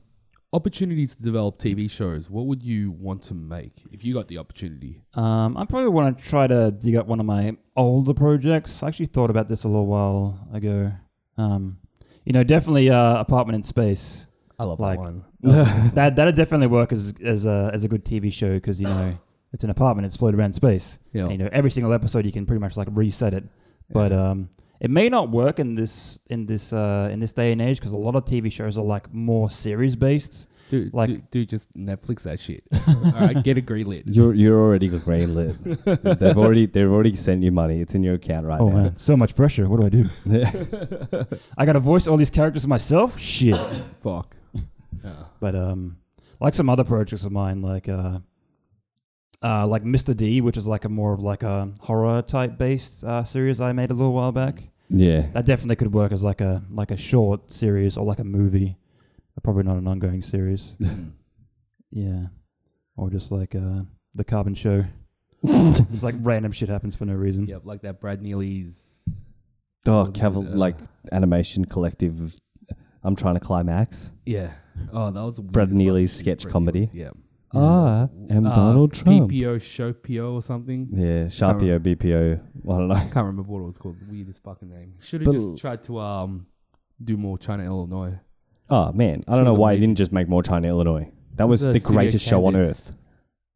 opportunities to develop TV shows, what would you want to make if you got the opportunity? Um, I probably want to try to dig up one of my older projects. I actually thought about this a little while ago. Um, you know, definitely uh, apartment in space. I love Like- that one. That that'd definitely work as as a as a good TV show because you know it's an apartment, it's floated around space. Yeah. And, you know, every single episode you can pretty much like reset it, but um, it may not work in this in this uh, in this day and age because a lot of TV shows are like more series based. Dude, like- dude, dude, just Netflix that shit. All right, get a green lit. You're you're already greenlit. they've already they've already sent you money. It's in your account right Oh now. man, so much pressure. What do I do? I got to voice all these characters myself. Shit. Fuck. Yeah. But um, like some other projects of mine, like uh, uh, like Mr. D, which is like a more of like a horror type based uh, series I made a little while back. yeah. That definitely could work as like a like a short series or like a movie, but probably not an ongoing series. Hmm. yeah, or just like uh, the Carbon Show. just like random shit happens for no reason. Yep, like that Brad Neely's. Oh, What is Caval- it, uh, like animation collective. of- I'm trying to climax. Yeah. Oh, that was the Brad weirdest one. Neely's sketch Brad comedy. Neely's, yeah. Ah, am Uh, Donald Trump. PPO, show PO or something. Yeah, Sharpio, BPO. I don't know. I can't remember what it was called. It's the weirdest fucking name. Should have But- just tried to um do more China Illinois. Oh man, I She don't know was why you amazing. didn't just make more China Illinois. That was was a the studio greatest show on candidate. earth.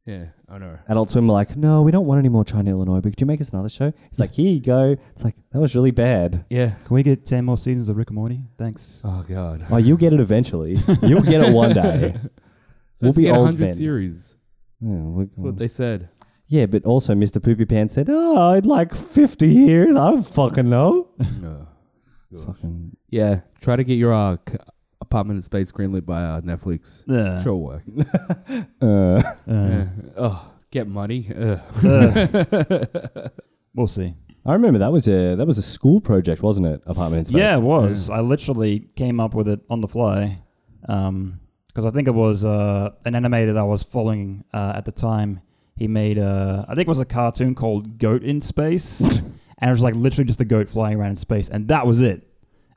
Yeah, I know. Adult Swim were like, no, we don't want any more China Illinois. But could you make us another show? It's like, here you go. It's like that was really bad. Yeah. Can we get ten more seasons of Rick and Morty? Thanks. Oh god. Oh, you'll get it eventually. You'll get it one day. So We'll we'll be be old 100 men. Mm. series. Yeah, we- That's what they said. yeah, but also Mr. Poopy Pants said, "Oh, in like fifty years, I don't fucking know." no. fucking Yeah. Try to get your uh, c- apartment in space greenlit by uh, Netflix. Yeah. Sure work. uh, Yeah. Um, Oh, get money. Ugh. uh, we'll see. I remember that was a that was a school project, wasn't it? Apartment in space. Yeah, it was. I literally came up with it on the fly because I think it was uh, an animator that I was following uh, at the time. He made, uh, I think it was a cartoon called Goat in Space, and it was like literally just a goat flying around in space, and that was it.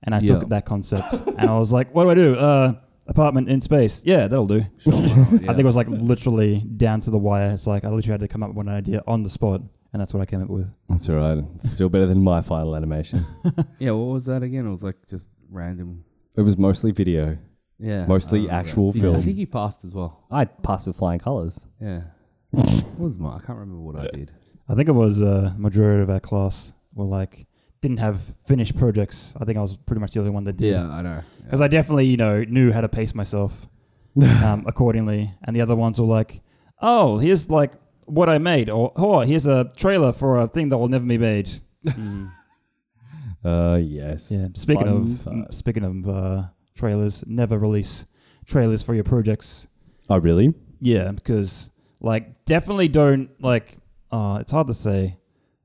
And I Yeah. took that concept, and I was like, "What do I do? Uh, apartment in space? Yeah, that'll do." Sure work. I think it was like literally down to the wire. It's like I literally had to come up with an idea on the spot, and that's what I came up with. that's all right. It's still better than my final animation. yeah. What was that again? It was like just random. it was mostly video. Yeah. Mostly I don't know. actual Yeah, film. I think he passed as well. I passed with flying colors. Yeah. what was my? I can't remember what I did. I think it was uh, majority of our class were like didn't have finished projects. I think I was pretty much the only one that did. Yeah, I know. Because I definitely you know knew how to pace myself um, accordingly, and the other ones were like, "Oh, here's like what I made," or "Oh, here's a trailer for a thing that will never be made." Mm. Uh, yes. Yeah. Speaking Fun of mm, times. speaking of uh, trailers, never release trailers for your projects. Oh, really? Yeah, because like definitely don't like. Uh, it's hard to say.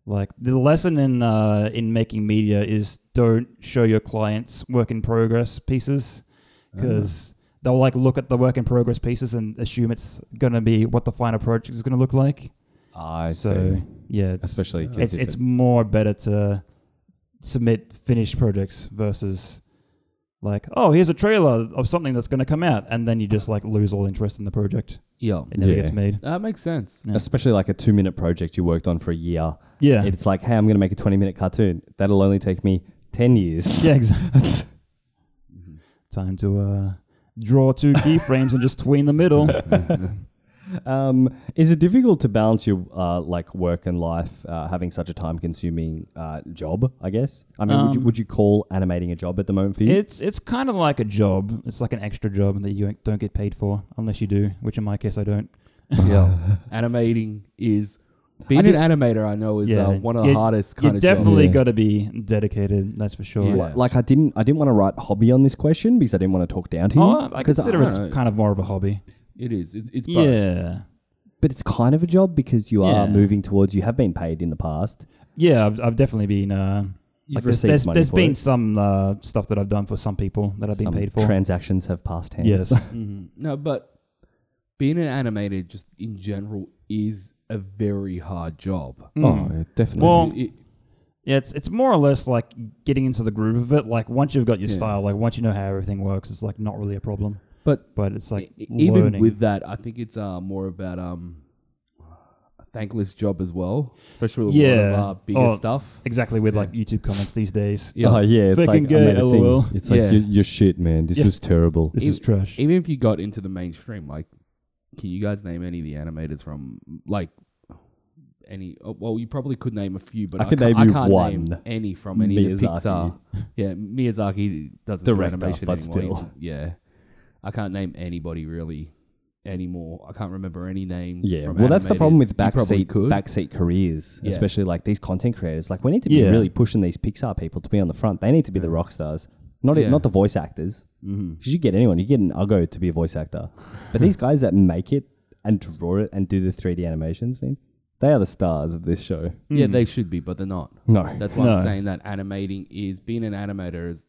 Like the lesson in uh, in making media is don't show your clients work in progress pieces Ah. Uh, because they'll like look at the work in progress pieces and assume it's gonna be what the final project is gonna look like. I so yeah, it's Especially 'cause it's if it's it- more better to submit finished projects versus like oh here's a trailer of something that's gonna come out and then you just like lose all interest in the project. Yeah. It never Yeah. gets made. That makes sense. Yeah. especially like a two-minute project you worked on for a year. Yeah. It's like, hey, I'm going to make a 20-minute cartoon. That'll only take me 10 years. yeah, exactly. Time to uh, draw two keyframes and just tween the middle. Um, is it difficult to balance your uh, like work and life uh, having such a time-consuming uh, job? I guess. I mean, would, you, Um, would you call animating a job at the moment for you? It's it's kind of like a job. It's like an extra job that you don't get paid for unless you do, which in my case I don't. yeah. Animating is being an did- animator. I know is Yeah. uh, one of the You- hardest You kind of definitely Yeah. got to be dedicated. That's for sure. Oh, Li- Like I didn't, I didn't want to write hobby on this question because I didn't want to talk down to you. Oh, I 'Cause consider it's don't know. kind of more of a hobby. jobs. It is. It's it's both. Yeah, but it's kind of a job because you are Yeah. moving towards. You have been paid in the past. yeah. I've, I've definitely been. Uh, You've like there's received there's, money there's for been it. some uh, stuff that I've done for some people that I've been Some paid for. Transactions have passed hands. yes. Mhm. No, but being an animator just in general is a very hard job. Mm. Oh, it definitely. Well, is. It- Yeah, it's it's more or less like getting into the groove of it. Like once you've got your Yeah. style, like once you know how everything works, it's like not really a problem. But But it's like E- even learning. with that, I think it's uh, more about um, a thankless job as well, especially with a lot Yeah. of uh, bigger Oh, stuff. exactly with like YouTube comments these days. Yeah. Oh, yeah. It's Fucking like, gay, I made a thing. LOL. It's like, Yeah. you're, you're shit, man. This Yeah. was terrible. e, This is trash. Even if you got into the mainstream, like, can you guys name any of the animators from like any? oh, Well, you probably could name a few, but I I, could can't, name I you can't name one. any from any of the Miyazaki. Pixar. Yeah, Miyazaki doesn't do Director, animation but anymore. He's- still. yeah, I can't name anybody really anymore. I can't remember any names. Yeah, from well, that's the problem animators. with You probably backseat could. backseat careers, Yeah. especially like these content creators. Like we need to be Yeah. really pushing these Pixar people to be on the front. They need to be the rock stars, not e- Yeah. not the voice actors. Mm-hmm. Because you get anyone, you get an Uggo to be a voice actor, but these guys that make it and draw it and do the three D animations, man, they are the stars of this show. Yeah, they should be, but they're not. No, That's why No. I'm saying that animating is being an animator is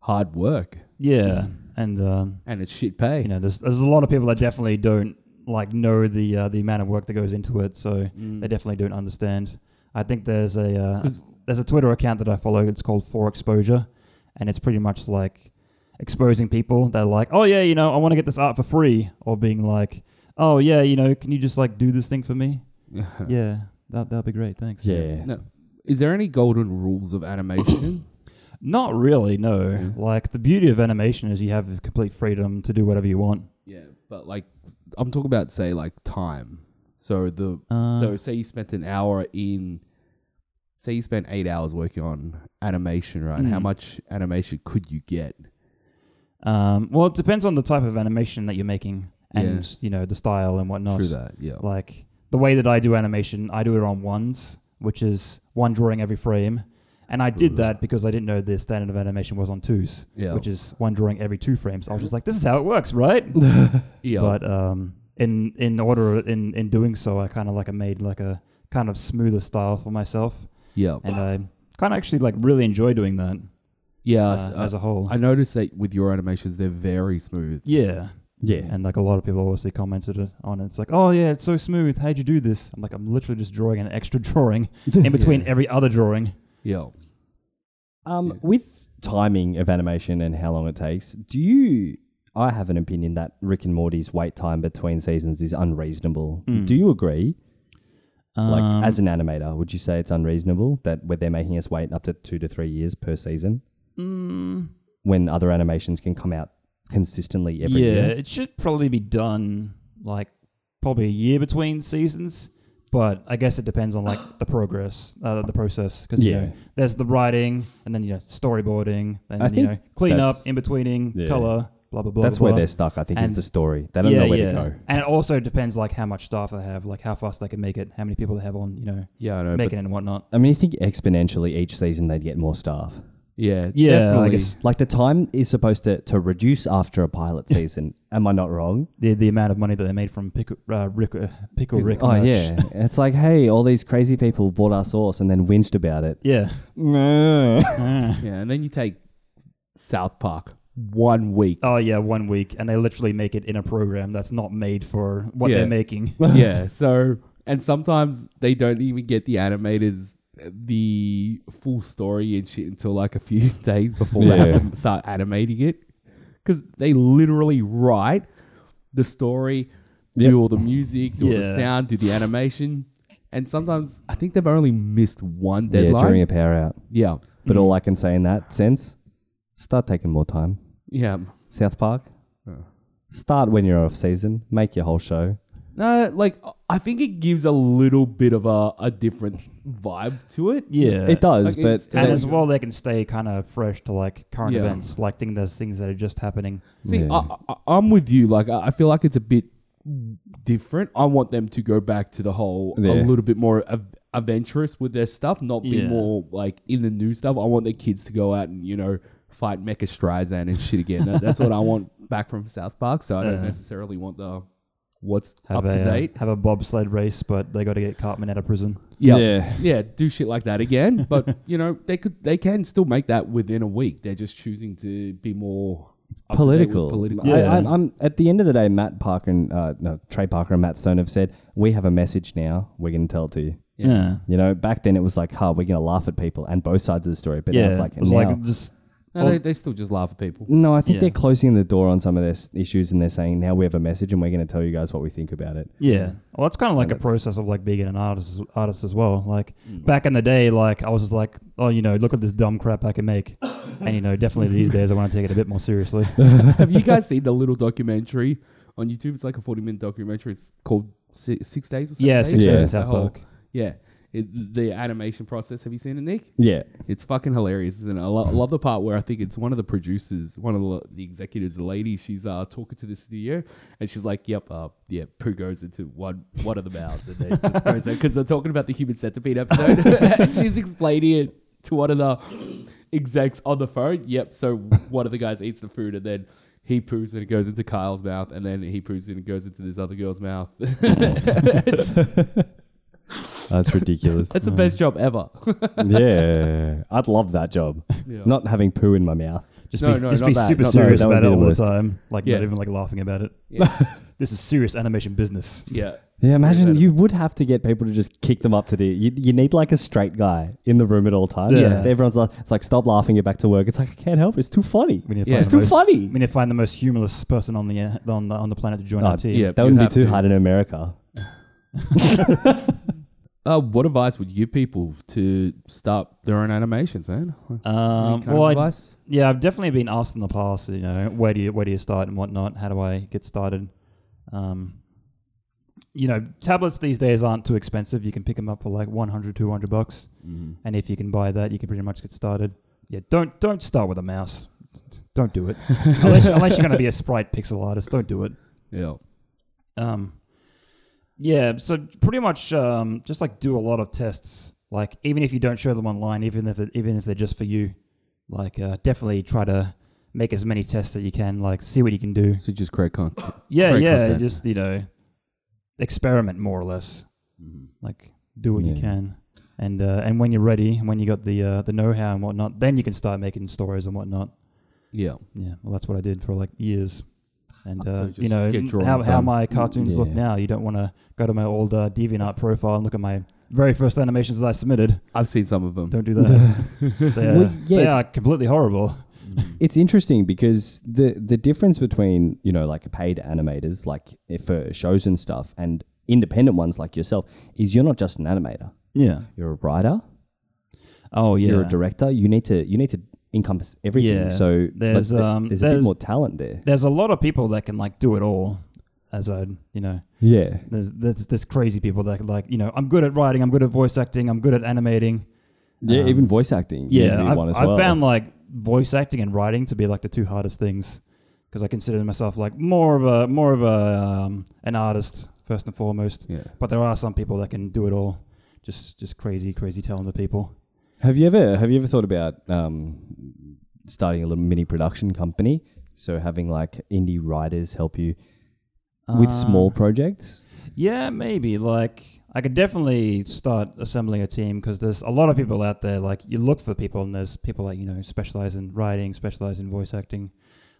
hard work Yeah, and um, and it's shit pay. you know, there's there's a lot of people that definitely don't like know the uh, the amount of work that goes into it, so Mm. they definitely don't understand. I think there's a uh, there's a Twitter account that I follow. It's called For Exposure, and it's pretty much like exposing people. They're like, oh yeah, you know, I want to get this art for free, or being like, oh yeah, you know, can you just like do this thing for me? yeah, that that'd be great. Thanks. yeah, No. Is there any golden rules of animation? Not really. No. Mm. Like the beauty of animation is you have complete freedom to do whatever you want. yeah, but like I'm talking about say like time. So the Uh. so say you spent an hour in say you spent 8 hours working on animation, right? How Mm. much animation could you get? Um, well, it depends on the type of animation that you're making and you know the style and whatnot. Through that, yeah. Like the way that I do animation, I do it on ones, which is one drawing every frame. And I did that because I didn't know the standard of animation was on twos, Yeah. which is one drawing every two frames. I was just like, this is how it works, right? yeah. But um, in in order in in doing so, I kind of like I made like a kind of smoother style for myself, yeah. and I kind of actually like really enjoy doing that yeah, uh, I- as a whole. I noticed that with your animations they're very smooth. yeah. yeah. And like a lot of people obviously commented it on it. It's like, oh yeah, it's so smooth. How'd you do this? I'm like, I'm literally just drawing an extra drawing in between every other drawing. Yeah. Um, Yeah. with timing of animation and how long it takes, do you? I have an opinion that Rick and Morty's wait time between seasons is unreasonable. Do you agree? Like, Hmm. Um, as an animator, would you say it's unreasonable that where they're making us wait up to two to three years per season when other animations can come out consistently every yeah, year? it should probably be done like probably a year between seasons. But I guess it depends on like the progress, uh, the process, because you Yeah. know there's the writing and then you know storyboarding, and I you think know clean up, that's- in betweening, Yeah. color, blah blah blah. That's blah, where blah. they're stuck, I think, is And- the story. They don't know where to go. And it also depends like how much staff they have, like how fast they can make it, how many people they have on, you Uh, know, Yeah, I know. but making it and whatnot. I mean, you think exponentially each season they'd get more staff. yeah, Yeah, I definitely. guess Like the time is supposed to, to reduce after a pilot season. Am I not wrong? the the amount of money that they made from pickle uh, Rick, uh, pickle Rick. Oh merch. yeah, it's like hey, all these crazy people bought our sauce and then whinged about it. yeah. Yeah, and then you take South Park one week. Oh yeah, one week, and they literally make it in a program that's not made for what Yeah. they're making. yeah, so and sometimes they don't even get the animators the full story and shit until like a few days before they have to start animating it because they literally write the story, do all the music, do all the Yeah. sound, do the animation, and sometimes I think they've only missed one Yeah, during deadline. a power out. Yeah, But all I can say in that sense, start taking more time. yeah. South Park, start when you're off season. Make your whole show. No, like I think it gives a little bit of a, a different vibe to it. Yeah, it does, okay, but it's- Uh, And they- as well, they can stay kind of fresh to like current Yeah. events, like think there's things that are just happening. See, Yeah. I, I, I'm with you. Like, I I feel like it's a bit different. I want them to go back to the whole a Yeah. little bit more av- adventurous with their stuff, not be Yeah. more like in the new stuff. I want the kids to go out and you know fight Mecha Streisand and shit again. That, that's what I want back from South Park. So I don't Yeah. necessarily want the what's Have up a, to uh, date. have a bobsled race, but they got to get Cartman out of prison. Yeah. Yeah. yeah, do shit like that again. But you know, they could, they can still make that within a week. They're just choosing to be more up to date with political. Political. I, Yeah. I'm, I'm at the end of the day. Matt Parker and uh, no Trey Parker and Matt Stone have said we have a message now. We're going to tell it to you. Yeah, yeah. You know, back then it was like, "Ha, we're going to laugh at people and both sides of the story." But now it's like, it was now, like just No, they, they still just laugh at people. No, I think Yeah. they're closing the door on some of their s- issues, and they're saying now we have a message, and we're going to tell you guys what we think about it. Yeah. Well, it's kind of like a that's- process of like being an artist, artist as well. Like back in the day, like I was just like, oh, you know, look at this dumb crap I can make, and you know, definitely these days I want to take it a bit more seriously. Have you guys seen the little documentary on YouTube? It's like a 40 minute documentary. It's called Si- Six Days or something. yeah, Six Yeah. Days in South The whole- Park. Yeah. It, the animation process. Have you seen it, Nick? Yeah, It's fucking hilarious, isn't it? I, lo- I love the part where I think it's one of the producers, one of the, the executives, the lady. She's uh, talking to the studio, and she's like, "Yep, uh, yeah." Poo goes into one one of the mouths, and then just goes because they're talking about the human centipede episode. And she's explaining it to one of the execs on the phone. Yep. So one of the guys eats the food, and then. He poos and it goes into Kyle's mouth, and then he poos and it goes into this other girl's mouth. that's ridiculous. That's the best job ever. yeah, I'd love that job. Yeah. Not having poo in my mouth. Just No, be, no, just not be that. super Not that. serious That would about be it the all the worst. time. Like Yeah. not even like laughing about it. Yeah. This is serious animation business. yeah. Yeah, imagine Seriously. you would have to get people to just kick them up to the. You, you need like a straight guy in the room at all times. Yeah. everyone's like, it's like stop laughing, get back to work. It's like I can't help. it. It's too funny. We need to Yeah. find It's the too most, funny. We need to find the most humorless person on the uh, on the on the planet to join Oh, our team. yeah. That You wouldn't be have too to. hard in America. Uh, what advice would you people to start their own animations, man? Any Um, kind of well, I, advice? yeah, I've definitely been asked in the past. You know, where do you where do you start and whatnot? How do I get started? Um, you know, tablets these days aren't too expensive. You can pick them up for like 100, 200 bucks, Mm-hmm. and if you can buy that, you can pretty much get started. Yeah, don't don't start with a mouse. Don't do it unless, unless you're going to be a sprite pixel artist. Don't do it. Yeah. Um, yeah, so pretty much um, just like do a lot of tests. Like even if you don't show them online, even if it, even if they're just for you, like uh, definitely try to make as many tests that you can. Like see what you can do. So just create content. Yeah, Great yeah, content. just you know, experiment more or less. Mm-hmm. Like do what you Yeah. can, and uh, and when you're ready, when you got the uh, the know how and whatnot, then you can start making stories and whatnot. Yeah. Yeah, well, that's what I did for like years. And Oh, So uh, just you know get m- drawings how, how done. my cartoons look Yeah. now. You don't want to go to my old uh, DeviantArt profile and look at my very first animations that I submitted. I've seen some of them. Don't do that. they are, Well, yeah, they it's- are completely horrible. Mm-hmm. it's interesting because the the difference between you know like paid animators like eh, for shows and stuff and independent ones like yourself is you're not just an animator Yeah. you're a writer Oh yeah. you're a director you need to you need to encompass everything Yeah. so but There's, th- um, there's, a there's- bit more talent there There's a lot of people that can like do it all. As I, you know, yeah there's there's there's crazy people that like you know I'm good at writing, I'm good at voice acting, I'm good at animating. yeah Um, even voice acting you need Yeah, to be I've, one as I've well. found like voice acting and writing to be like the two hardest things because I consider myself like more of a more of a um, an artist first and foremost. Yeah. But there are some people that can do it all, just just crazy, crazy talented people. Have you ever have you ever thought about um, starting a little mini production company? So having like indie writers help you with small Uh, projects. yeah, maybe like I could definitely start assembling a team because there's a lot of people out there. Like you look for people, and there's people that you know specialize in writing, specialize in voice acting.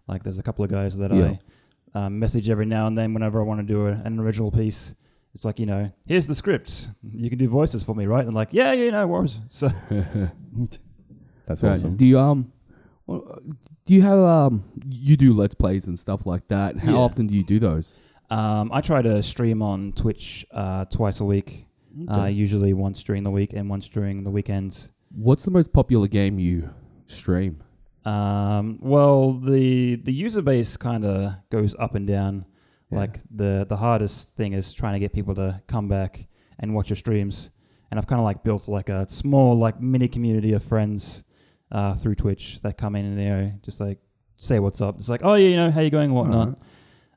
Like there's a couple of guys that Yeah. I um, message every now and then whenever I want to do a, an original piece. It's like you know, here's the script. You can do voices for me, right? And I'm like, yeah, yeah, no worries. So That's So, awesome. Do you um, well, uh, do you have um, you do let's plays and stuff like that? How Yeah. often do you do those? um, I try to stream on Twitch uh, twice a week. Uh, usually once during the week and once during the weekends. What's the most popular game you stream? Um, well, the the user base kind of goes up and down. Yeah. Like the the hardest thing is trying to get people to come back and watch your streams. And I've kind of like built like a small like mini community of friends uh, through Twitch that come in and you know just like say what's up. It's like oh yeah you know how you going and whatnot. Alright.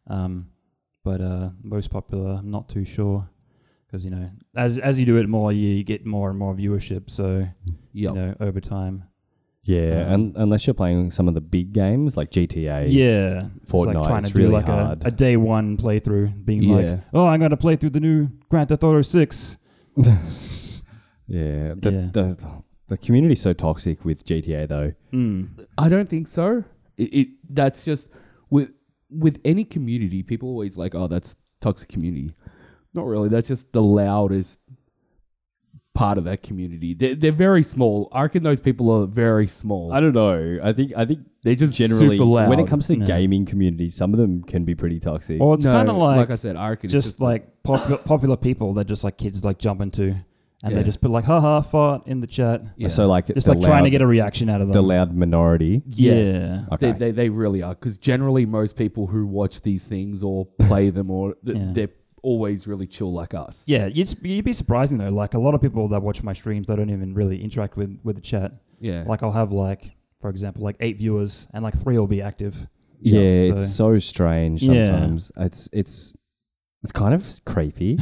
Um, but uh, most popular, I'm not too sure because you know as as you do it more, you get more and more viewership. So Yeah. you know over time. yeah, um, un- unless you're playing some of the big games like GTA. Yeah, Fortnite, it's really like a- hard. A, day one playthrough, being Yeah. like, "Oh, I'm gonna play through the new Grand Theft Auto Hmm. 6. yeah. The, Yeah. The, the community's so toxic with GTA though. Mm. I don't think so. It, it that's just with with any community, people always like, oh, that's toxic community. Not really. That's just the loudest part of that community. They're, they're very small. I reckon those people are very small. I don't know. I think I think they're just generally super loud. when it comes to No. gaming communities, some of them can be pretty toxic. Or it's No, kind of like, I said, I reckon it's just, like popular, popular people that just like kids like jump into, and they Yeah. just put like haha fart in the chat, yeah. So like just the like trying loud- to get a reaction out of the them. loud minority. Yes. Yeah. Okay. They, they, they really are. Because generally, most people who watch these things or play them, or th- Yeah. they're always really chill like us. Yeah, you'd, you'd be surprising though. Like a lot of people that watch my streams, they don't even really interact with with the chat. Yeah. Like I'll have like, for example, like eight viewers, and like three will be active. Yeah, Yeah, it's so strange Yeah. sometimes. It's it's it's kind of creepy.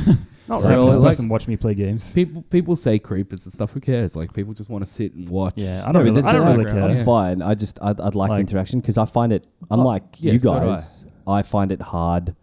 Not So really. this Like, person watch me play games. people, people say creepers and stuff. Who cares? Like, people just want to sit and watch. Yeah, No, I don't, but really, that's I don't alright, really bro. care. I'm Yeah. fine. I just I'd, I'd like, Like- Oh, interaction because I find it unlike yeah, you so do I. guys. I. find it hard.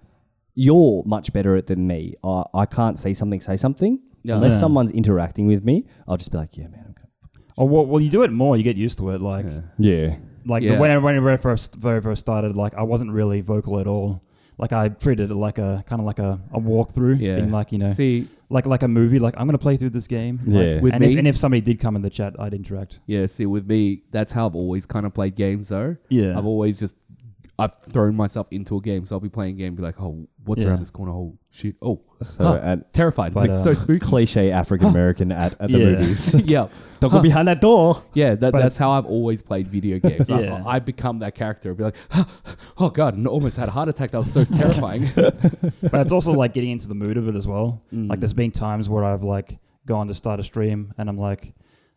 You're much better at it than me. I, I can't say something, say something. Yeah. Unless Yeah. someone's interacting with me, I'll just be like, yeah, man. I'm good. Oh well, well, you do it more, you get used to it. Like, Yeah. Yeah. like Yeah. the when, when I very first very first started, like I wasn't really vocal at all. Like I treated it like a kind of like a, a walkthrough, Yeah. in like you know, See, like like a movie. Like I'm gonna play through this game. Like, Yeah. With and, if, me? and if somebody did come in the chat, I'd interact. yeah, see, with me, that's how I've always kind of played games, though. Yeah. I've always just I've thrown myself into a game, so I'll be playing a game, be like, oh, what's Yeah. around this corner? Oh shit! Oh, So Huh. at terrified! But, it's uh, so spooky. cliche African American at, at the Yeah. movies. yeah, Don't go behind that door. yeah. That, But that's it's- how I've always played video games. Yeah. I, I become that character. Be like, oh god, and almost had a heart attack. That was so terrifying. but it's also like getting into the mood of it as well. Hmm. Mm. Like there's been times where I've like gone to start a stream and I'm like,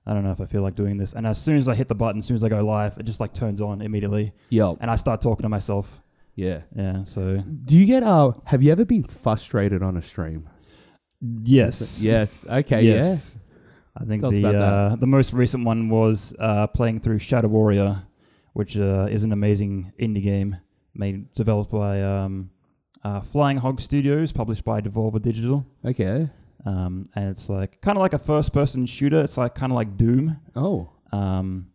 I don't know if I feel like doing this. And as soon as I hit the button, as soon as I go live, it just like turns on immediately, Yo, and I start talking to myself. yeah. Yeah. So Do you get uh? Have you ever been frustrated on a stream? yes, Yes. Okay. yes. I think Tell us the about that. uh, the most recent one was uh, playing through Shadow Warrior, which uh, is an amazing indie game made developed by um, uh, Flying Hog Studios, published by Devolver Digital. Yeah. Okay. um, and it's like kind of like a first-person shooter. It's like kind of like Doom. Oh. Um,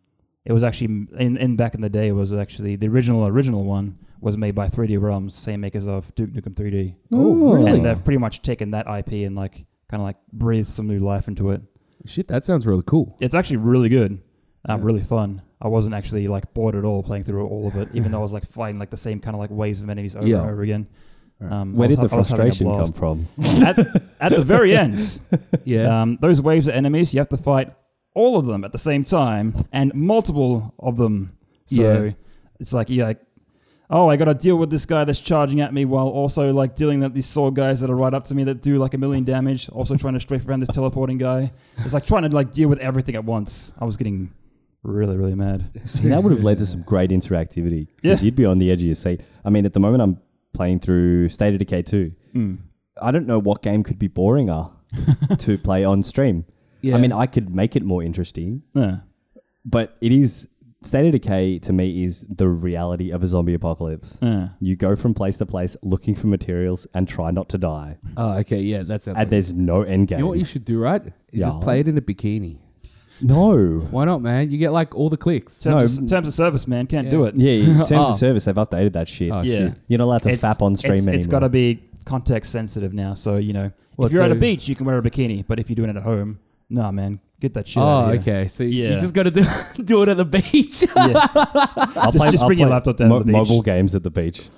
it was actually in, in back in the day. It was actually the original original one was made by 3D Realms, same makers of Duke Nukem 3D, Oh, really? and uh, they've pretty much taken that IP and like kind of like breathed some new life into it. Shit, that sounds really cool. It's actually really good, um, Yeah. really fun. I wasn't actually like bored at all playing through all of it, even though I was like fighting like the same kind of like waves of enemies over Yeah. and over again. Right. Um, I Where was did the ha- I was having a frustration come blast. from? At, at the very end, Yeah. um, those waves are enemies. You have to fight all of them at the same time and multiple of them. So Yeah. it's like you're like, oh, I got to deal with this guy that's charging at me while also like dealing with these sword guys that are right up to me that do like a million damage. Also trying to strafe around this teleporting guy. It's like trying to like deal with everything at once. I was getting really really mad. See, that would have led to some great interactivity because Yeah. you'd be on the edge of your seat. I mean, at the moment, I'm playing through State of Decay 2. Mm. I don't know what game could be boringer to play on stream. yeah. I mean, I could make it more interesting, Yeah. but it is State of Decay to me is the reality of a zombie apocalypse. Yeah. You go from place to place looking for materials and try not to die, Oh, okay. Yeah, that sounds. and there's no end game. You know what you should do, right? Is just Yeah. play it in a bikini. no. Why not, man? You get like all the clicks. No. Terms, of, terms of service, man, can't do it. Yeah, in terms Oh. of service, they've updated that shit. Oh, Yeah. shit. You're not allowed to fap on stream it's, anymore. It's got to be context sensitive now. So you know, What, if you're at a so- beach, you can wear a bikini, but if you're doing it at home, nah, man, get that shit. Oh, out of here. okay. So you Yeah. just got to do, do it at the beach. Yeah. I'll Just- just bring your laptop down to the beach. Mobile games at the beach.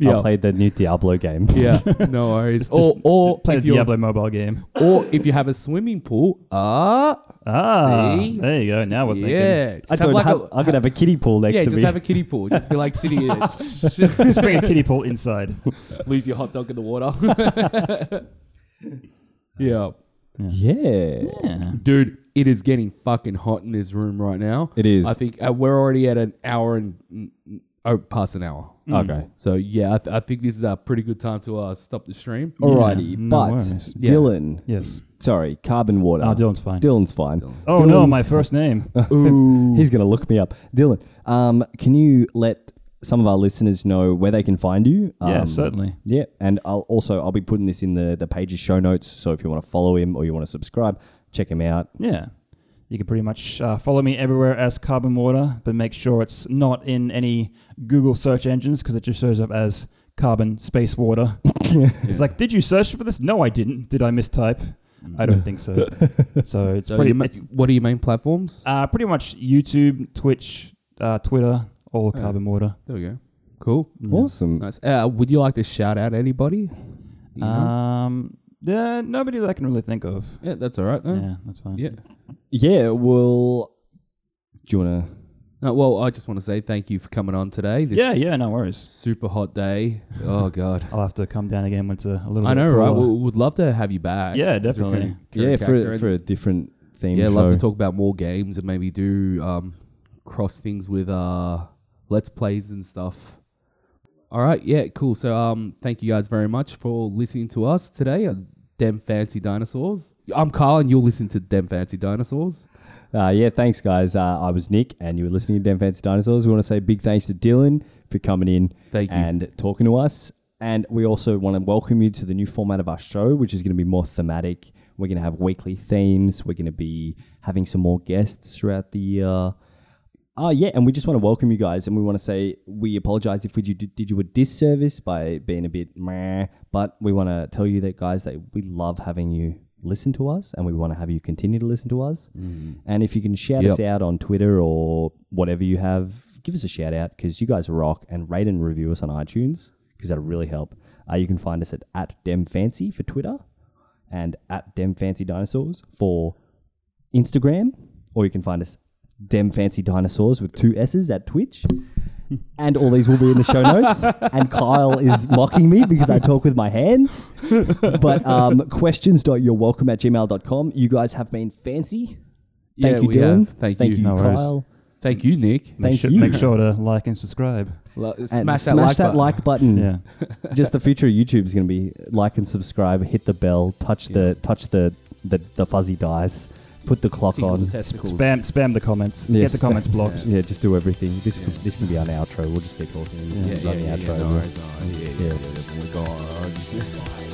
Yeah. I played the new Diablo game. yeah. No worries. Just- or or Play the if you Diablo mobile game. or if you have a swimming pool, ah, Ah, See? there you go. Now we're thinking. yeah. Just I don't like have, a- I'm gonna have a kiddie pool next yeah, to just me. have a kiddie pool. Just be like sitting in it. Just bring a kiddie pool inside. Lose your hot dog in the water. yeah. yeah. Yeah. Dude, it is getting fucking hot in this room right now. It is. I think uh, we're already at an hour and mm, mm, oh, past an hour. Mm. Okay. So yeah, I, th- I think this is a pretty good time to uh, stop the stream. Alrighty, no but worries. Yeah. Dylan, Yes. sorry, carbon water. Oh, Dylan's fine. Dylan's fine. Oh no, my first name. He's gonna look me up. Dylan, um, can you let some of our listeners know where they can find you? Um, yeah, certainly. Yeah, and I'll also I'll be putting this in the the page's show notes. So if you want to follow him or you want to subscribe, check him out. Yeah. You can pretty much uh, follow me everywhere as Carbon Water, but make sure it's not in any Google search engines because it just shows up as Carbon Space Water. It's like, did you search for this? No, I didn't. Did I mistype? I don't think so. So it's So pretty. your ma- it's, what are your main platforms? uh, pretty much YouTube, Twitch, uh, Twitter, all Yeah. carbon water. there we go. Cool. Awesome. Nice. Uh, would you like to shout out anybody? You know? Um, yeah, nobody that I can really think of. yeah, that's all right. Though. Yeah, that's fine. Oh. Yeah. Yeah. Well, do you wanna? No, well, I just want to say thank you for coming on today. This yeah, yeah, no worries. super hot day. Oh God, I'll have to come down again when it's a, a little. I bit know, right? cooler. We would love to have you back. yeah, 'cause we definitely. couldn't- yeah, couldn't for factor a, for a different in. theme yeah, show. love to talk about more games and maybe do um, cross things with uh, let's plays and stuff. All right, yeah, cool. So, um, thank you guys very much for listening to us today. on Dem fancy dinosaurs. I'm Carl, and you'll listen to Dem fancy dinosaurs. Uh, yeah, thanks, guys. Uh, I was Nick, and you were listening to Damn Fancy Dinosaurs. We want to say big thanks to Dylan for coming in Thank you. and talking to us. And we also want to welcome you to the new format of our show, which is going to be more thematic. We're going to have weekly themes. We're going to be having some more guests throughout the year. Uh, yeah, and we just want to welcome you guys, and we want to say we apologize if we did, did you a disservice by being a bit meh, but we want to tell you that, guys, that we love having you listen to us, and we want to have you continue to listen to us. And if you can shout us out on Twitter or whatever you have, give us a shout out because you guys rock, and rate and review us on iTunes because that'll really help. Uh, you can find us at, at DemFancy for Twitter and at DemFancyDinosaurs for Instagram, or you can find us Dem Fancy Dinosaurs with two S's at Twitch. And all these will be in the show notes. And Kyle is mocking me because I talk with my hands. But um, questions.yourwelcome at gmail.com. You guys have been fancy. Thank Yeah, you, we Dylan. have. Thank you. you, No worries. Kyle. Thank you, Nick. Make Thank sure, you. Make sure to like and subscribe. Lo- And smash that, like, button. button. Yeah. Just the future of YouTube is going to be like and subscribe, hit the bell, touch the touch the, the, the fuzzy dice, put the clock Tickle the on. testicles. Spam spam the comments. Yes. Get the comments blocked. Yeah, just do everything. This could, this can be an outro. We'll just keep talking. Yeah, Run the outro. no worries, no worries. Yeah. yeah, yeah, yeah. We're gone.